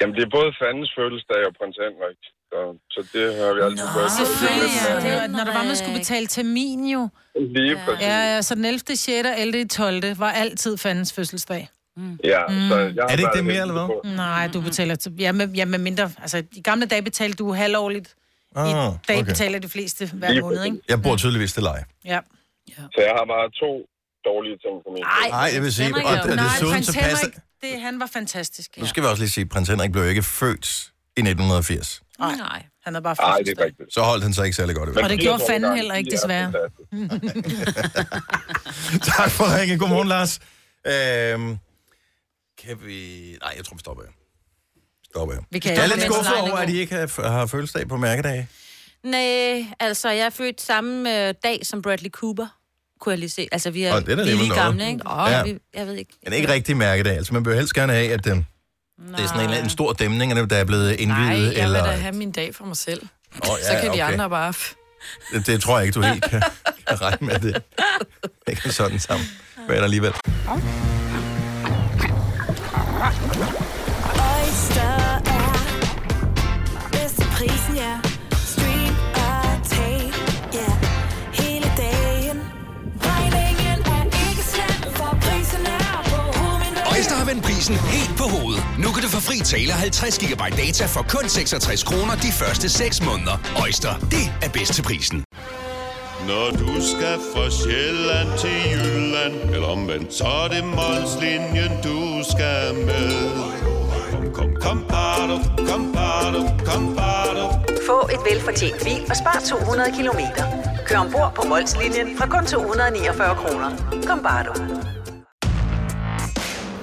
Jamen, det er både fandens fødselsdag og prins Henrik. Så, så det hører vi altid på. Selvfølgelig, ja. Det var, Øh, når der var, man skulle betale til min jo. Lige præcis. Ja, Ja, ja, så den 11. 6. og 11. i 12. var altid fandens fødselsdag. ja så Mm. jeg har Er det ikke været det mere, heldig eller hvad? på. Nej, du betaler til... Ja, med, ja, med mindre... Altså, i gamle dage betalte du halvårligt. I Ah, dag okay. betaler de fleste hver måned, ikke? Jeg bor tydeligvis til leje. Ja. Så jeg har bare to dårlige ting på min. Nej, jeg vil sige, Henrik og, er og jo- Nej, desuden prins så Henrik, passer... det, han var fantastisk. Nu skal vi også lige sige, at prins Henrik blev jo ikke født i 1980. Nej, nej. Han er bare Nej, fødselsdag. rigtigt. Så holdt han sig ikke særlig godt ud. Og det gjorde fanden heller ikke, desværre. tak for ringen. Godmorgen, Lars. Øhm, kan vi... Nej, jeg tror, vi stopper her. Stopper her. Vi kan jeg er ikke lidt vente skuffet så længe. over, at I ikke har, har fødselsdag på mærkedage. Nej, altså jeg er født samme øh, dag som Bradley Cooper, kunne jeg lige se. Altså vi er, Åh, det er da vi alligevel lige noget. gamle, ikke? Nå, Ja. ja. vi, jeg ved ikke. Men ikke rigtig mærkedag. Altså, man bør helst gerne have, at øh, det er sådan en, eller anden stor dæmning, at der er blevet indvidet. Nej, jeg vil eller... da have min dag for mig selv. Åh, så ja, kan de okay. andre bare... Det, det tror jeg ikke, du helt kan, kan regne med det. Ikke sådan sammen. Men alligevel. Oyster er bedst til prisen, ja. Stream og tag, ja. Hele dagen. Regningen er ikke slem, for prisen er på hovedet. Øjster har vendt prisen helt på hovedet. Nu kan du få fri tale 50 GB data for kun 66 kroner de første 6 måneder. Øjster, det er bedst til prisen. Når du skal fra Sjælland til Jylland, eller omvendt, så er det Molslinjen, du skal med. Kom, kom, kom, bado, kom, bado, kom, bado. Få et velfortjent bil og spar 200 kilometer. Kør ombord på Molslinjen fra kun 249 kroner. Kom bare du.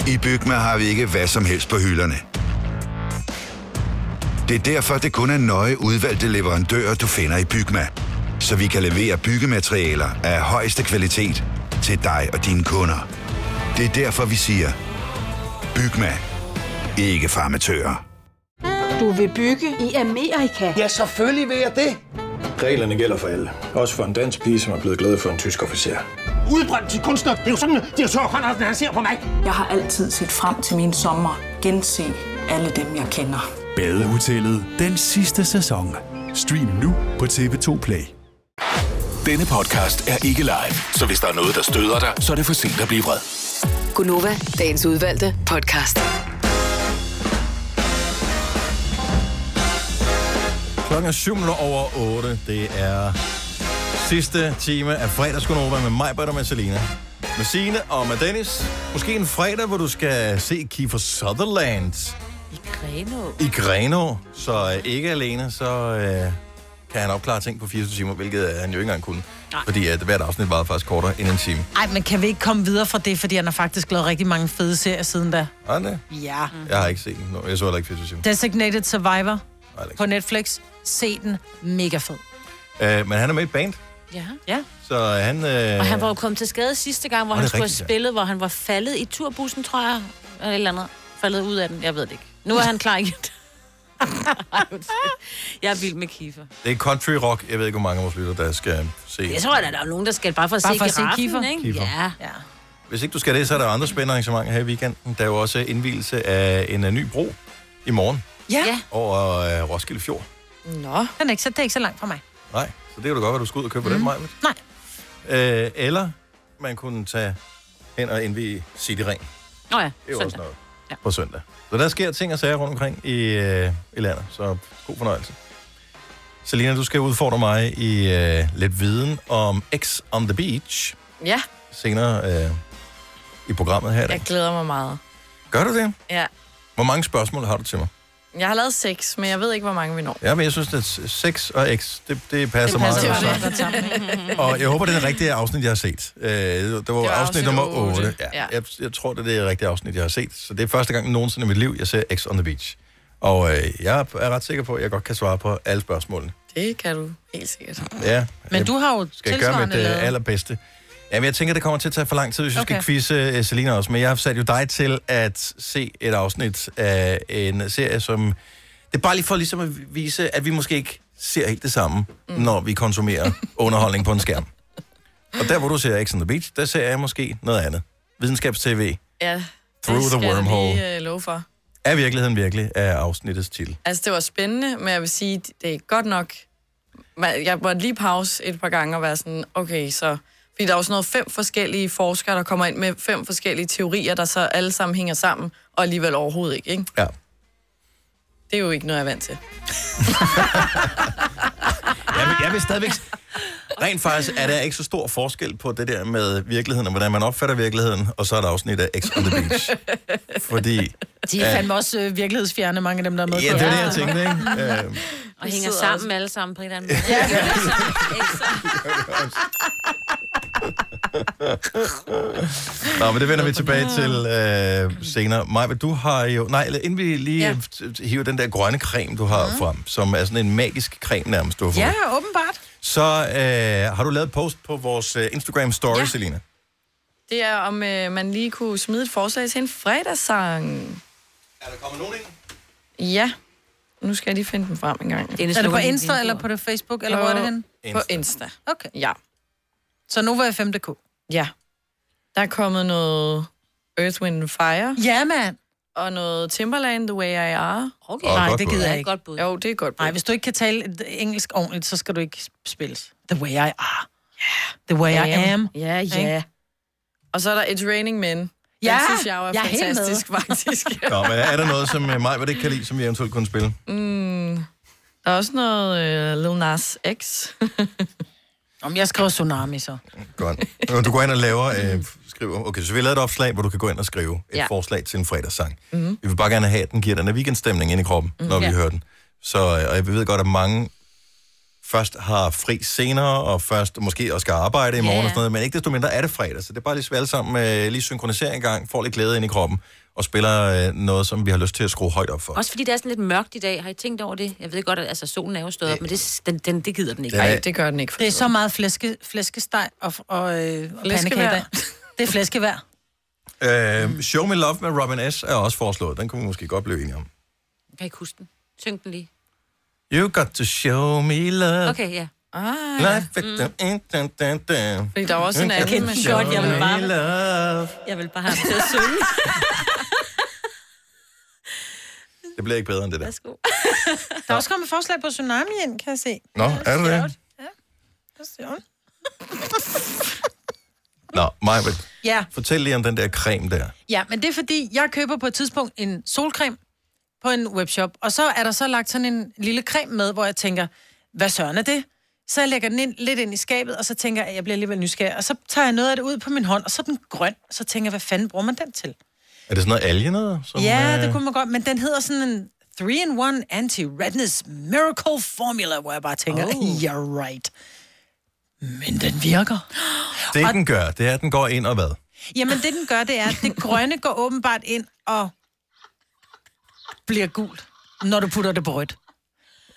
I Bygma har vi ikke hvad som helst på hylderne. Det er derfor, det kun er nøje udvalgte leverandører, du finder i Bygma. Så vi kan levere byggematerialer af højeste kvalitet til dig og dine kunder. Det er derfor, vi siger, Bygma. Ikke farmatører. Du vil bygge i Amerika? Ja, selvfølgelig vil jeg det. Reglerne gælder for alle. Også for en dansk pige, som er blevet glad for en tysk officer. Udbrøndt til kunstner. Det er jo sådan, at de har Conradsen, han ser på mig. Jeg har altid set frem til min sommer. Gense alle dem, jeg kender. Badehotellet den sidste sæson. Stream nu på TV2 Play. Denne podcast er ikke live, så hvis der er noget, der støder dig, så er det for sent at blive vred. Gunova, dagens udvalgte podcast. Klokken er syv minutter over 8. Det er sidste time af fredagskonova med mig, Britt og med Selina. Med Signe og med Dennis. Måske en fredag, hvor du skal se Kiefer Sutherland Grenå. i Greno. Så øh, ikke alene, så øh, kan han opklare ting på 24 timer, hvilket øh, han jo ikke engang kunne. Nej. Fordi at hvert afsnit varede faktisk kortere end en time. Ej, men kan vi ikke komme videre fra det, fordi han har faktisk lavet rigtig mange fede serier siden da. Har han det? Ja. Jeg har ikke set den. Nå, Jeg så heller ikke 24 timer. Designated Survivor Alex. på Netflix. Se den. Mega fed. Øh, men han er med i et band, Ja. ja. så han... Øh, Og han var jo kommet til skade sidste gang, hvor Var det han skulle rigtigt, have ja? spillet, hvor han var faldet i turbussen, tror jeg. Eller et eller andet. Faldet ud af den. Jeg ved det ikke. Nu er han klar igen. Ej, hvor fedt. jeg er vild med Kiefer. Det er country rock. Jeg ved ikke, hvor mange af vores lytter, der skal se. Jeg tror, at der er nogen, der skal bare for at Bare se for at se giraffen, Kiefer. ikke? Kiefer. Ja. ja. Hvis ikke du skal det, så er der andre spændende arrangementer her i weekenden. Der er jo også indvielse af en øh, ny bro i morgen Ja. over øh, Roskilde Fjord. Nå. Den er ikke, så, det er ikke så langt fra mig. Nej, så det kunne da godt være, du skulle ud og købe på mm. den vej. Nej. Øh, eller man kunne tage hen og indvige City Ring. Nå ja, Det er jo også søndag. noget ja. på søndag. Så der sker ting og sager rundt omkring i, øh, i landet, så god fornøjelse. Selina, du skal udfordre mig i øh, lidt viden om X on the Beach Ja, senere øh, i programmet her i dag. jeg glæder mig meget. Gør du det? Ja. Hvor mange spørgsmål har du til mig? Jeg har lavet seks, men jeg ved ikke, hvor mange vi når. Ja, men jeg synes, at 6 og X, det, det, passer, passer meget meget godt godt sammen. Og jeg håber, det er det rigtige afsnit, jeg har set. Øh, det var, det var afsnit, afsnit nummer otte. 8. Ja. Ja. Ja. Jeg, jeg tror, det er det rigtige afsnit, jeg har set. Så det er første gang nogensinde i mit liv, jeg ser X on the Beach. Og øh, jeg er ret sikker på, at jeg godt kan svare på alle spørgsmålene. Det kan du helt sikkert. Ja, Men du har jo skal jeg gøre mit tilsvarende øh, lavet- allerbedste. Jamen, jeg tænker, det kommer til at tage for lang tid, hvis okay. Okay. jeg skal quizze uh, Selina også. Men jeg har sat jo dig til at se et afsnit af en serie, som... Det er bare lige for ligesom at vise, at vi måske ikke ser helt det samme, mm. når vi konsumerer underholdning på en skærm. Og der, hvor du ser X on the Beach, der ser jeg måske noget andet. Videnskabstv Ja, Through det the skal jeg wormhole. lige øh, love for. er virkeligheden virkelig af afsnittets titel. Altså, det var spændende, men jeg vil sige, det er godt nok... Man- Jeg måtte lige pause et par gange og være sådan, okay, så... Fordi der er jo sådan noget fem forskellige forskere, der kommer ind med fem forskellige teorier, der så alle sammen hænger sammen, og alligevel overhovedet ikke, ikke? Ja. Det er jo ikke noget, jeg er vant til. Jeg vil, jeg Ah. vil stadigvæk... Rent faktisk er der ikke så stor forskel på det der med virkeligheden, og hvordan man opfatter virkeligheden, og så er der afsnit af X on the Beach. Fordi... De er fandme også øh, virkelighedsfjerne, mange af dem, der er med. Ja, det er det, jeg tænkte, ikke? Øhm, Og hænger sidder sammen også. alle sammen på en eller anden måde. Ja, Nå, men det vender vi tilbage Ah. til øh, senere. Maja, du har jo... Nej, eller inden vi lige Ja. ja. hiver den der grønne creme, du har mm. frem, som er sådan en magisk creme nærmest, du har fået. Ja, åbenbart. Så øh, har du lavet et post på vores øh, Instagram-story, ja. Selina. Det er, om øh, man lige kunne smide et forslag til en fredagssang. Er der kommet nogen ind? Ja. Nu skal jeg lige finde den frem en gang. Er det på Insta, eller på det Facebook, eller hvor er det henne? På Insta. Okay. Ja. Så nu var jeg 5.k. Ja. Der er kommet noget Earth, Wind and Fire. Ja, mand. Og noget Timberland, The Way I Are. Okay. Åh, Nej, godt det bud. gider jeg ikke. Godt bud. Jo, det er et godt bud. Nej, hvis du ikke kan tale et- engelsk ordentligt, så skal du ikke spilles. The way I are. Yeah. The way I am. Ja, ja. Ikke? Og så er der It's Raining Men. Ja, Den synes jeg jo er jeg er helt med. fantastisk, faktisk. Nå, men er der noget, som øh, Maja ikke kan lide, som vi eventuelt kunne spille? Mm, der er også noget øh, Lil Nas X. Om jeg skriver tsunami, så. Godt. Når du går ind og laver, øh, skriver, okay, så vi har lavet et opslag, hvor du kan gå ind og skrive et Ja. ja. forslag til en fredagssang. Mhm. Mm-hmm. Vi vil bare gerne have, at den giver den en weekendstemning ind i kroppen, Mhm. mm-hmm. når vi Ja. ja. hører den. Så, øh, og jeg ved godt, at mange først har fri senere, og først måske også skal arbejde i morgen Ja, yeah. ja. og sådan noget, men ikke desto mindre er det fredag, så det er bare lige svært sammen, øh, lige synkronisere en gang, får lidt glæde ind i kroppen, og spiller øh, noget, som vi har lyst til at skrue højt op for. Også fordi det er sådan lidt mørkt i dag. Har I tænkt over det? Jeg ved godt, at altså, solen er jo stået op, men det, den, den, det gider den ikke. Den er- Ej, det gør den ikke. Det er så meget flæske, flæskesteg og, og, øh, og pandekage. i dag. Det er flæskevær. Øh, Show Me Love med Robin S. er også foreslået. Den kunne vi måske godt blive enige om. Jeg kan ikke huske den. Syng den lige. You got to show me love. Okay, ja. Mm. Ah, Life with Mm. the- dun, dun, dun, dun. Fordi der er også en You got anden to med- show Godt, jeg vil me bare- love. Jeg vil bare have ham til at synge. Det bliver ikke bedre end det der. Der er også kommet forslag på Tsunami ind, kan jeg se. Nå, er det det? Nå, Maja, Ja. fortæl lige om den der creme der. Ja, men det er fordi, jeg køber på et tidspunkt en solcreme på en webshop, og så er der så lagt sådan en lille creme med, hvor jeg tænker, hvad søren er det? Så jeg lægger den ind, lidt ind i skabet, og så tænker jeg, at jeg bliver alligevel nysgerrig, og så tager jeg noget af det ud på min hånd, og så er den grøn, og så tænker jeg, hvad fanden bruger man den til? Er det sådan noget alge noget? Som, ja, øh, det kunne man godt, men den hedder sådan en 3-in-1 Anti-Redness Miracle Formula, hvor jeg bare tænker, oh. you're right. Men den virker. Det Og- den gør, det er, at den går ind og hvad? Jamen, det den gør, det er, at det grønne går åbenbart ind og bliver gult, når du putter det på rødt.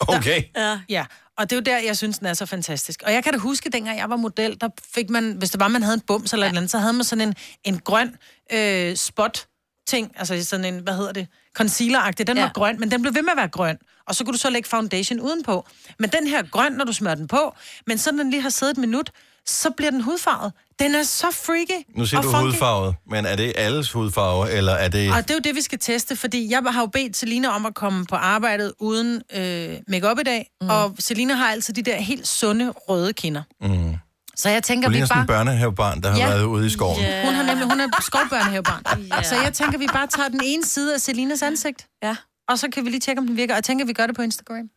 Okay. Ja. ja. Og det er jo der, jeg synes, den er så fantastisk. Og jeg kan da huske, dengang jeg var model, der fik man, hvis det var, man havde en bums eller ja. et eller andet, så havde man sådan en, en grøn øh, spot ting, altså sådan en, hvad hedder det, concealer den ja. var grøn, men den blev ved med at være grøn. Og så kunne du så lægge foundation udenpå. Men den her grøn, når du smører den på, men sådan den lige har siddet et minut, så bliver den hudfarvet. Den er så freaky Nu siger og du funky. hudfarvet, men er det alles hudfarve, eller er det... Og det er jo det, vi skal teste, fordi jeg har jo bedt Selina om at komme på arbejdet uden øh, makeup i dag, mm. og Selina har altid de der helt sunde røde kinder. Mm. Så jeg tænker, Du vi ligner sådan bare... en børnehavebarn, der har Ja. været ude i skoven. Yeah. Hun har nemlig hun er skovbørnehavebarn. yeah. Så jeg tænker, vi bare tager den ene side af Selinas ansigt, ja. og så kan vi lige tjekke, om den virker. Og jeg tænker, vi gør det på Instagram.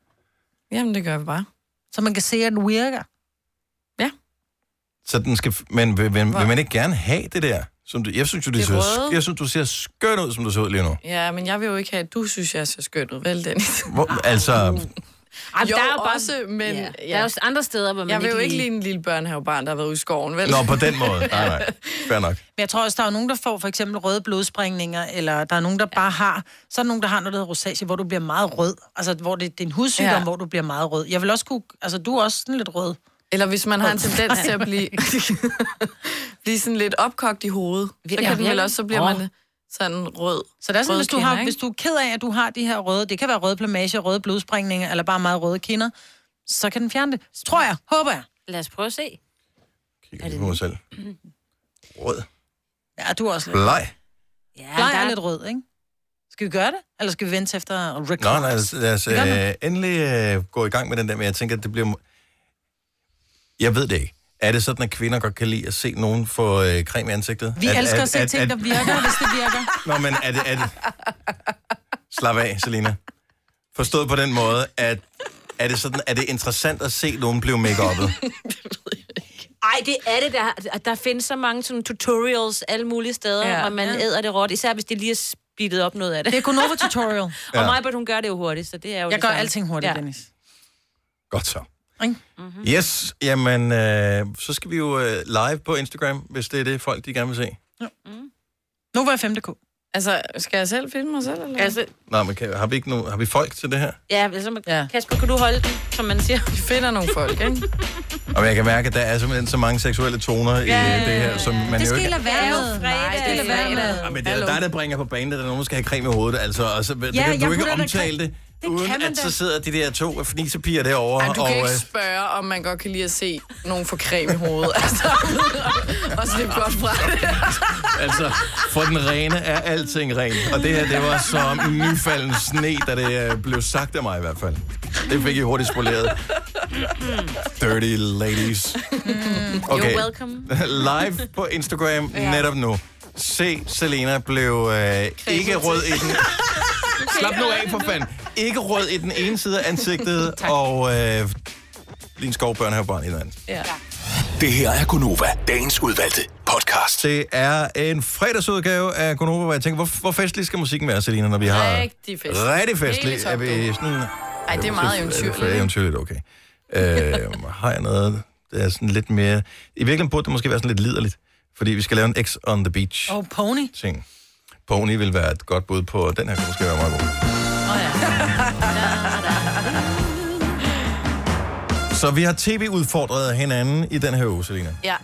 Jamen, det gør vi bare. Så man kan se, at den virker. Så den skal... Men vil, vil, vil man ikke gerne have det der? Som du, jeg, synes, jo, det Det ser, røde. jeg synes, du ser skøn ud, som du ser ud lige nu. Ja, men jeg vil jo ikke have, at du synes, jeg ser skøn ud, vel, Dennis? Hvor, Ah. altså, Ej, Jo, jo, der er jo bare, også, men... Ja. Der er jo andre steder, hvor man jeg vil ikke jo ikke lige- lige en lille børnehavebarn, der har været ude i skoven, vel? nå, på den måde. Nej, nej. Fair nok. Men jeg tror også, der er nogen, der får for eksempel røde blodspringninger, eller der er nogen, der bare har... Så er der nogen, der har noget, der hedder rosacea, hvor du bliver meget rød. Altså, hvor det, det er en hudsygdom, ja. Ja. hvor du bliver meget rød. Jeg vil også kunne... Altså, du er også sådan lidt rød. Eller hvis man har en Rød. tendens til at blive, blive sådan lidt opkogt i hovedet, så kan den vel også, så bliver Åh. man sådan rød. Så der er sådan, røde hvis du, kinder, har, ikke? hvis du er ked af, at du har de her røde... Det kan være røde plamager, røde blodspringninger, eller bare meget røde kinder. Så kan den fjerne det. Så tror jeg. Håber jeg. Lad os prøve at se. Kigger lige på mig selv. Rød. Ja, du er også lidt... Bleg. Ja, Bleg er lidt rød, ikke? Skal vi gøre det? Eller skal vi vente efter at record? Nå, lad os, lad os Vi gør det. øh, endelig øh, gå i gang med den der, men jeg tænker, at det bliver... må- Jeg ved det ikke. Er det sådan, at kvinder godt kan lide at se nogen få øh, creme i ansigtet? Vi at, elsker at, se ting, der virker, hvis det virker. Nå, men er det, er det... Slap af, Selina. Forstået på den måde, at er det sådan, er det interessant at se nogen blive make Ej, det er det. Der, der findes så mange sådan, tutorials alle mulige steder, Ja. ja. hvor man Ja. æder det råt. Især hvis det lige er speedet op noget af det. Det er Gonova tutorial. Ja. Og Majbert, hun gør det jo hurtigt, så det er jo Jeg det gør samme. alting hurtigt, Dennis. Godt så. Ikke? Mhm. Yes, jamen, øh, så skal vi jo øh, live på Instagram, hvis det er det, folk de gerne vil se. Mm. Nu var jeg 5.k. Altså, skal jeg selv filme mig selv, eller? Altså, Nå, men kan, har, vi ikke no, har vi folk til det her? ja, altså, ja. Kasper, kan du holde den, som man siger? Vi finder nogle folk, ikke? Og jeg kan mærke, at der er simpelthen så mange seksuelle toner i øh, det her, som man det jo skal I ikke... lade være med. Nej, det skal I lade være med. Ja, men det er dig, der bringer på banen, at der er nogen, der skal have creme i hovedet, altså, og så ja, Ja, kan jeg du ikke putter da omtale creme- det, det uden kan man at da. så sidder de der to fnisepiger derovre. Ej, du kan og, ikke øh, spørge, om man godt kan lide at se nogen få creme i hovedet. Altså, og slippe godt fra det. Altså, for den rene er alting ren. Og det her, det var som nyfalden sne, da det øh, blev sagt af mig i hvert fald. Det fik I hurtigt spoleret. Dirty ladies. Okay. You're welcome. Live på Instagram netop nu. Se, Selena blev øh, ikke rød i den. Slap nu af for fanden. Ikke rød i den ene side af ansigtet, og øh, din skovbørn her barn i den anden. Ja. Det her er Gunova, dagens udvalgte podcast. Det er en fredagsudgave af Konoba, hvor jeg tænker, hvor, hvor festlig skal musikken være, Selina, når vi har... Rigtig festlig. Rigtig festlig. Helt Er vi sådan... Ej, det er meget eventyrligt, Det er ikke? eventyrligt, okay. Øh, har jeg noget, der er sådan lidt mere... I virkeligheden burde det måske være sådan lidt liderligt, fordi vi skal lave en X on the Beach Og pony. ting. Pony vil være et godt bud på, den her kunne måske være meget god. Så vi har tv-udfordret hinanden i den her uge, Selina. Ja.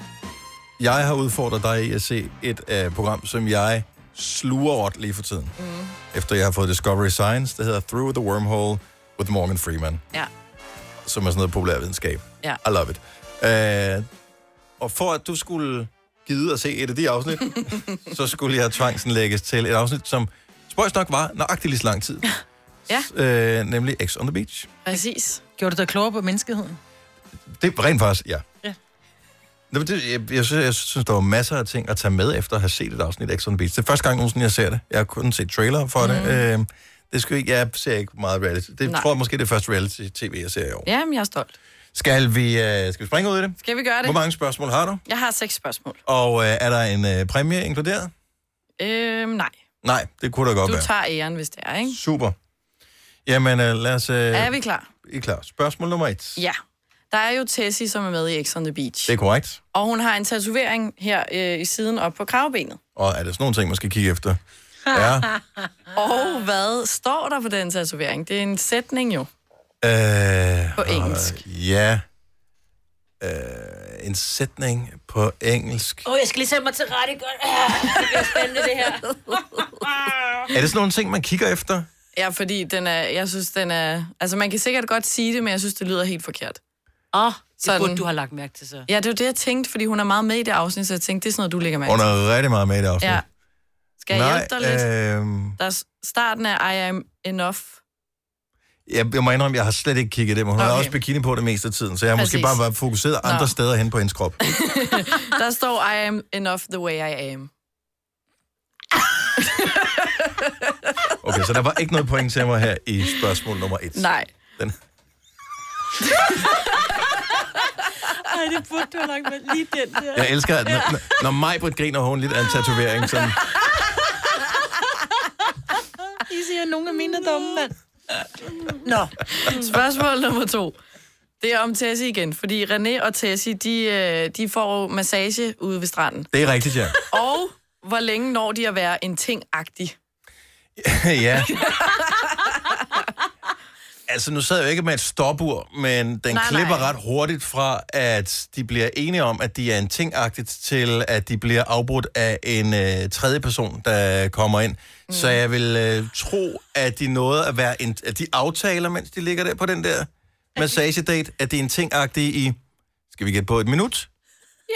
Jeg har udfordret dig i at se et uh, program, som jeg sluger råt lige for tiden. Mm. Efter jeg har fået Discovery Science, det hedder Through the Wormhole with Morgan Freeman, Ja. som er sådan noget populærvidenskab. Ja. I love it. Uh, og for at du skulle gide at se et af de afsnit, så skulle jeg tvangsenlægges til et afsnit, som spøjs nok var nøjagtigt lige så lang tid. Ja, Øh, nemlig X on the Beach. præcis. Gjorde du dig klogere på menneskeheden? Det var rent faktisk, ja. Ja. Nå, men det, jeg, jeg, synes, jeg synes, der var masser af ting at tage med efter at have set et afsnit af X on the Beach. Det er første gang nogensinde, jeg ser det. Jeg har kun set trailer for mm. det. Øh, det skal ikke, jeg ser ikke meget reality. Det Nej. Nej. tror jeg måske er det første reality-tv, jeg ser i år. Jamen, jeg er stolt. Skal vi, øh, skal vi springe ud i det? Skal vi gøre det? Hvor mange spørgsmål har du? Jeg har seks spørgsmål. Og øh, er der en øh, præmie inkluderet? Øhm, nej. Nej, det kunne da godt Du være. tager æren, hvis det er, ikke? Super. Jamen, øh, lad os... Øh, Er vi klar? I er klar. Spørgsmål nummer et. Ja. Der er jo Tessie, som er med i X on the Beach. Det er korrekt. Og hun har en tatovering her øh, i siden op på kravbenet. Og er der sådan nogle ting, man skal kigge efter? Ja. Og hvad står der på den tatovering? Det er en sætning jo. Øh, På engelsk. Øh, ja. Øh, en sætning på engelsk. Åh, oh, jeg skal lige sætte mig til rette godt. Ah, det bliver spændende, det her. Er det sådan nogle ting, man kigger efter? Ja, fordi den er, jeg synes, den er... Altså, man kan sikkert godt sige det, men jeg synes, det lyder helt forkert. Åh, oh, burde du have lagt mærke til så. Ja, det var det, jeg tænkte, fordi hun er meget med i det afsnit, så jeg tænkte, det er sådan noget, du lægger mærke Hun er rigtig meget med i det afsnit. Ja. Skal jeg Nej, hjælpe dig lidt? øhm, Der er s- starten af I am enough. Jeg, jeg må indrømme, jeg har slet ikke kigget det, men hun okay. har Okay. også bikini på det meste af tiden, så jeg har måske Præcis. bare været fokuseret andre Nå. steder hen på hendes krop. der står I am enough the way I am. Okay, så der var ikke noget point til mig her i spørgsmål nummer et. Nej. Den. Ej, det burde du have lagt med lige den der. Jeg elsker, at når, når Majbrit griner, har hun lidt af en tatovering, sådan... I siger, at nogen er mine dumme, mand. Nå. Spørgsmål nummer to. Det er om Tessie igen, fordi René og Tessie, de, øh, de får jo massage ude ved stranden. Det er rigtigt, ja. Og hvor længe når de at være en ting-agtig? ja. Altså, nu sad jeg jo ikke med et stopur, men den Nej, nej, klipper nej. nej. ret hurtigt fra, at de bliver enige om, at de er en tingagtigt, til at de bliver afbrudt af en øh, tredje person, der kommer ind. Mm. Så jeg vil øh, tro, at de nåede at være en, at de aftaler, mens de ligger der på den der massagedate, at de er en tingagtige i, skal vi gætte på, et minut?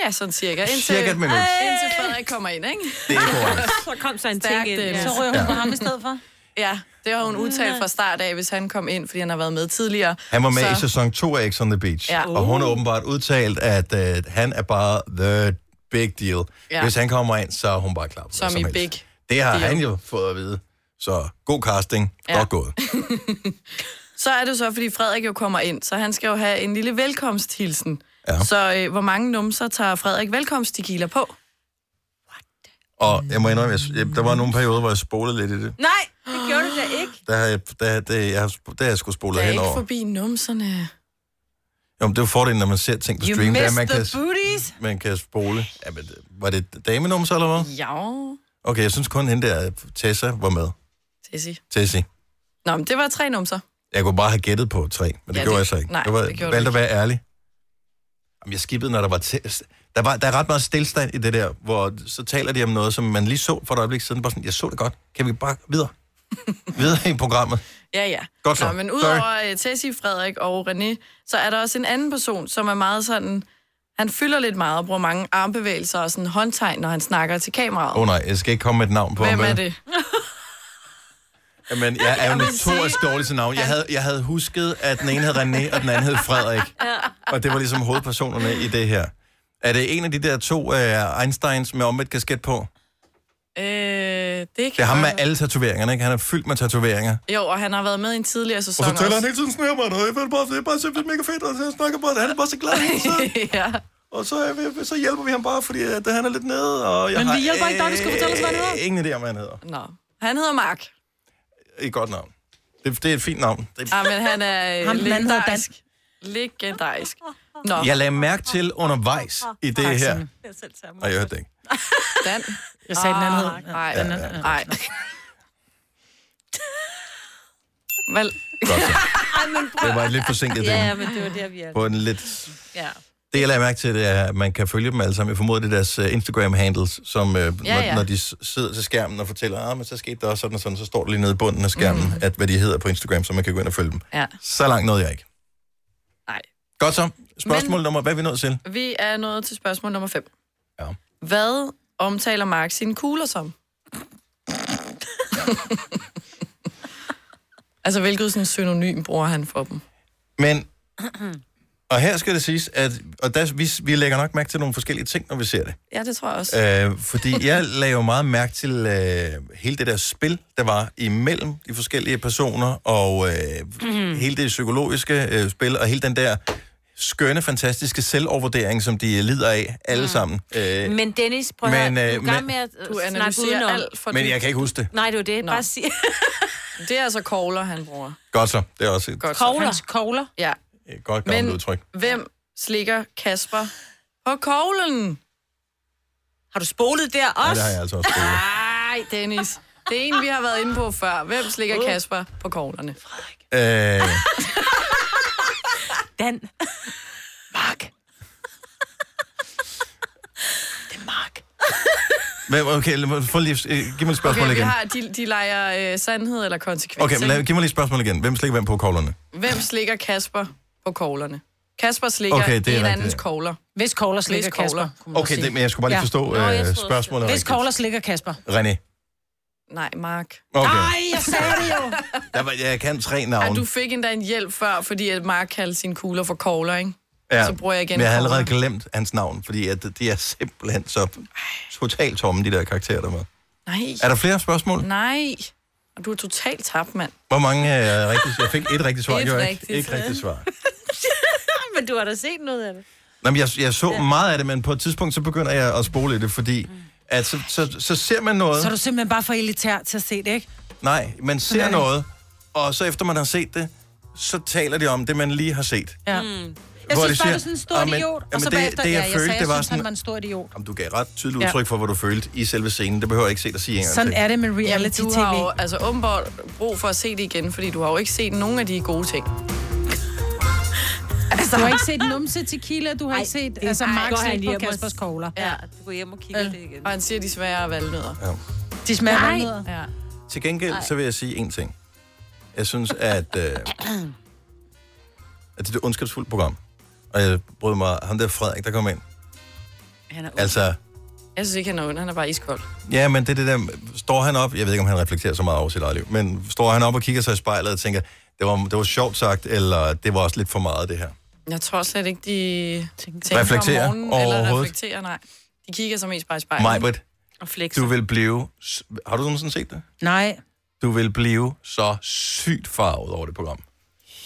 Ja, sådan cirka. Cirka et minut. Indtil Frederik kommer ind, ikke? Det er korrekt. Så kom så en ting ind, ja. Så ryger hun Ja. på ham i Mm. stedet for? Ja, det har hun udtalt fra start af, hvis han kom ind, fordi han har været med tidligere. Han var med så... i så... sæson 2 af X on the Beach, Ja. Uh. ja. og hun har åbenbart udtalt, at øh, han er bare the big deal. Ja. Ja. Hvis han kommer ind, så er hun bare klar på Som hvad i helst. Big. Det har Deal. han jo fået at vide. Så god casting, Ja. ja. godt gået. Så er det så, fordi Frederik jo kommer ind, så han skal jo have en lille velkomsthilsen. Ja. Så øh, hvor mange numser tager Frederik velkomsttequila på? Og jeg må indrømme, jeg, jeg, der var nogle perioder, hvor jeg spolede lidt i det. Nej, det gjorde du da ikke. Der har jeg, der, der, jeg, har sp- der har jeg skulle Det spole er hen ikke over. forbi numserne. Jo, men det er jo fordelen, når man ser ting på You stream. det er, at missed man, kan, the booties. man kan spole. Ja, men, var det damenummer så, eller hvad? Ja, Okay, jeg synes kun hende der, Tessa, var med. Tessie. Tessie. Nå, men det var tre numser. Jeg kunne bare have gættet på tre, men det Ja, ja, gjorde det- jeg så ikke. nej, jeg var, det gjorde du valgte at være ærlig. Jamen, jeg skippede, når der var test. Der, var, der er ret meget stillstand i det der, hvor så taler de om noget, som man lige så for et øjeblik siden. Bare sådan, jeg så det godt. Kan vi bare videre? videre i programmet. Ja, ja. Godt så. Nå, men Sorry. udover øh, Tessie, Frederik og René, så er der også en anden person, som er meget sådan... Han fylder lidt meget og bruger mange armbevægelser og sådan håndtegn, når han snakker til kameraet. Åh oh, nej, jeg skal ikke komme med et navn på Hvem ham, er vel? det? Jamen, jeg er Jeg jo vil notorisk dårlig til navn. Jeg havde, jeg havde husket, at den ene hed René, og den anden hed Frederik. Og det var ligesom hovedpersonerne i det her. Er det en af de der to uh, Einsteins med omvendt kasket på? Øh, det, Det er ham med alle tatoveringerne, ikke? Han er fyldt med tatoveringer. Jo, og han har været med i en tidligere sæson Og så taler også. han hele tiden sådan her, mand. Og jeg bare, det er bare simpelthen mega fedt, og så snakker bare, han er bare så glad. Så, ja. Og så, er vi- så hjælper vi ham bare, fordi at han er lidt nede. Og jeg Men vi har, hjælper ikke dig, du skal fortælle os, hvad han hedder. øh, Ingen idé om, hvad han hedder. Nå, han hedder Mark. Et godt navn. Det, det er et fint navn. Det, Ja, men han er øh, Ham den anden hedder Dan. legendarisk. Legendarisk. Nå. Jeg lagde mærke til undervejs i det Tak, her. Signe. Jeg selv tager mig. Og jeg hørte det ikke. Dan. Ah, Jeg sagde, den anden hed. Nej, Ja, den ja, ja. anden. Nej. Vel. Godt så. Ej, men prøv. Det var et lidt forsinket Ja, ding. ja, men det var der, vi er. På en lidt... Ja. Det, jeg lagde mærke til, det er, at man kan følge dem alle sammen. Jeg formoder, det er deres øh, Instagram-handles, som øh, ja, ja. Når, når de s- sidder til skærmen og fortæller, ah, men så skete der også sådan og sådan, så står der lige nede i bunden af skærmen, mm. at hvad de hedder på Instagram, så man kan gå ind og følge dem. Ja. Så langt nåede jeg ikke. Nej. Godt så. Spørgsmål Men- nummer, hvad er vi nået til? Vi er nået til spørgsmål nummer 5. Ja. Hvad omtaler Mark sine kugler som? altså, hvilket sådan synonym bruger han for dem? Men, og her skal det siges, at og der, vi, vi lægger nok mærke til nogle forskellige ting, når vi ser det. Ja, det tror jeg også. Øh, fordi jeg lagde jo meget mærke til øh, hele det der spil, der var imellem de forskellige personer, og Mhm. øh, hele det psykologiske øh, spil, og hele den der skønne, fantastiske selvovervurdering, som de lider af alle sammen. Øh, Men Dennis, prøv Mhm. at Men, høre, øh, du er i gang men- med at øh, Du snakke analyserer udenom. alt for men jeg kan ikke huske det. Nej, det var det. Nå. Bare sig. Det er altså kogler, han bruger. Godt så. Det er også et godt, Kogler? et Hans kogler? Ja. godt gammelt Men- udtryk. Hvem slikker Kasper på koglen? Har du spolet der Ja, det har jeg altså også prøvet. Nej, Dennis. Det er en, vi har været inde på før. Hvem slikker Kasper på koglerne? Øh, Dan. men okay, lad mig få lige, øh, giv mig et spørgsmål Okay, vi igen. har, de, de leger øh, sandhed eller konsekvens. Okay, men lad, ikke? giv mig lige et spørgsmål igen. Hvem slikker hvem på koglerne? Hvem slikker Kasper på koglerne? Kasper slikker Okay, det er okay, en rigtigt. andens kogler. Hvis kogler slikker Kasper. kunne man Okay, sige. det, men jeg skulle bare lige Ja. forstå ja. øh, spørgsmålet Hvis rigtigt. kogler slikker Kasper. René. Nej, Mark. Okay. Nej, jeg sagde det jo. Jeg, var- jeg kan tre At navne. du fik endda en hjælp før, fordi at Mark kaldte sine kugler for kogler, ikke? Ja, Så bruger jeg igen men jeg har allerede kogler. glemt hans navn, fordi at de er simpelthen så totalt tomme, de der karakterer, der var. Nej. Er der flere spørgsmål? Nej. Og du er totalt tabt, mand. Hvor mange er rigtigt? Jeg fik et rigtigt svar. Et jo, ikke? rigtigt. Ikke rigtigt svar. men du har da set noget af det. Nå, men jeg, jeg så meget af det, men på et tidspunkt, så begynder jeg at spole i det, fordi Mm. at så, så, så ser man noget. Så er du simpelthen bare for elitær til at se det, ikke? Nej, man ser Nej. noget, og så efter man har set det, så taler de om det, man lige har set. Ja. Mm. Jeg Hvor synes de bare, siger, du er sådan en stor "Ah, men- idiot, jamen, og så det- bagefter, det, jeg ja, jeg følte, sagde, det var jeg synes, sådan- han var en stor idiot. Om du gav ret tydeligt Ja. udtryk for, hvad du følte i selve scenen. Det behøver jeg ikke se dig sige engang. Sådan er det med reality-tv. Jamen, du har jo altså åbenbart brug for at se det igen, fordi du har jo ikke set nogen af de gode ting. Altså, du har ikke set numse tequila, du har ikke set det- altså, Ej, Mark går han slik hjem på og- Kaspers kogler. Ja, Øh. du går hjem og kigger det igen. Og han siger, de svære er valnødder. Ja. De smager Nej. vandnødder. Ja. Til gengæld, Nej. så vil jeg sige én ting. Jeg synes, at, øh, at det er et ondskabsfuldt program. Og jeg brød mig, ham der Frederik, der kom ind. Han er ond. Altså, Jeg synes ikke, han er ond. Han er bare iskold. ja, men det er det der, står han op, jeg ved ikke, om han reflekterer så meget over sit eget liv, men står han op og kigger sig i spejlet og tænker, det var, det var sjovt sagt, eller det var også lidt for meget, det her. Jeg tror slet ikke, de tænker Reflekterer om morgenen, eller overhovedet. reflekterer, nej. De kigger som mest bare i spejlet. Majbrit, Og flexer. du vil blive... s- Har du nogensinde set det? Nej. Du vil blive så sygt farvet over det program.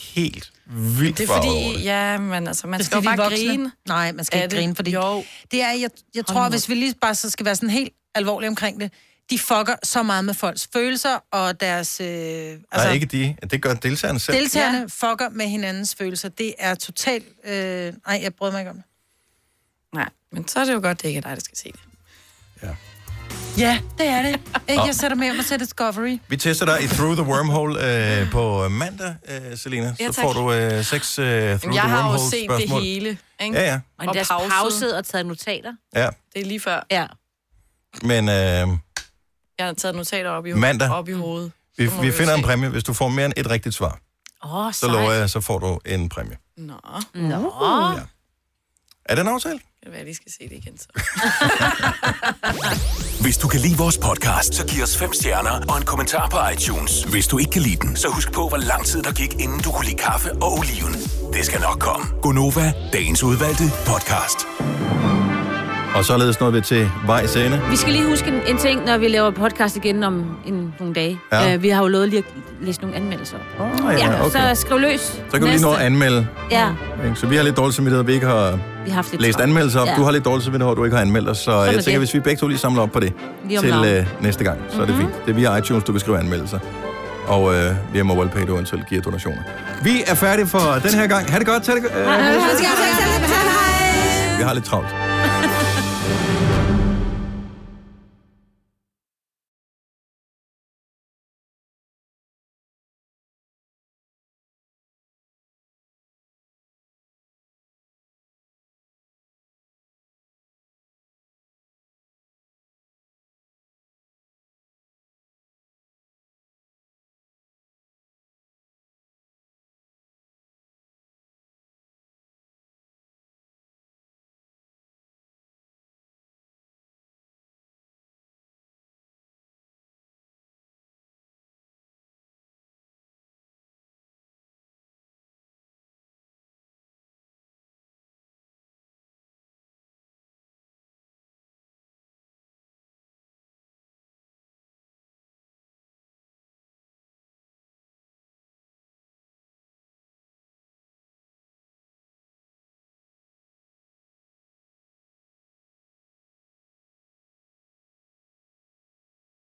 Helt vildt Det er farvet over fordi, ja, men altså, man Det er skal jo fordi, bare vi er voksne. grine. Nej, man skal af ikke det. grine, fordi jo. det er, jeg, jeg tror, hvis vi lige bare så skal være sådan helt alvorlige omkring det, de fucker så meget med folks følelser og deres... Øh, Altså- Nej, ikke de. Det gør deltagerne selv. Deltagerne ja. fucker med hinandens følelser. Det er totalt... Øh, nej, jeg brød mig ikke om det. Nej, men så er det jo godt, det ikke er dig, der skal se det. Ja, det er det. Ikke? Nå. Jeg sætter mig hjem og ser Discovery. Vi tester dig i Through the Wormhole øh, på mandag, øh, Selina. Så Ja, tak. får du øh, seks øh, Through the Wormhole Jeg har jo set spørgsmål. det hele. Ikke? Ja, ja. Og deres pauset. pauset og taget notater. Ja, Det er lige før. Ja. men øh, Jeg har taget notater op i, Mandag. op i hovedet. vi, Så må vi jo finder en se. præmie. Hvis du får mere end et rigtigt svar, Åh, oh, så lover jeg, så får du en præmie. Nå. Nå. Ja. Er det en aftale? Det være, jeg lige skal se det igen, så. Hvis du kan lide vores podcast, så giv os fem stjerner og en kommentar på iTunes. Hvis du ikke kan lide den, så husk på, hvor lang tid der gik, inden du kunne lide kaffe og oliven. Det skal nok komme. Gonova, Dagens udvalgte podcast. Og således når vi til vejs ende. Vi skal lige huske en, en ting, når vi laver podcast igen om en, nogle dage. Ja. Ja. Øh, vi har jo lovet lige at læse nogle anmeldelser. Oh, ja, okay. Så skriv løs. Så kan vi lige nå at anmelde. Ja, ikke? Så vi har lidt dårlig samvittighed, vi ikke har vi har haft lidt læst travlt. anmeldelser op. Ja. Du har lidt dårlig samvittighed, over, du ikke har anmeldt os. Så er jeg det. tænker, hvis vi begge to lige samler op på det Lige om Mhm. til lidt. øh, næste gang, så er det fint. Det er via iTunes, du kan skrive anmeldelser. Og øh, via MobilePay, du eventuelt giver donationer. Vi er færdige for den her gang. Ha' det godt. Tag det, go- øh, Hej. vi har lidt travlt.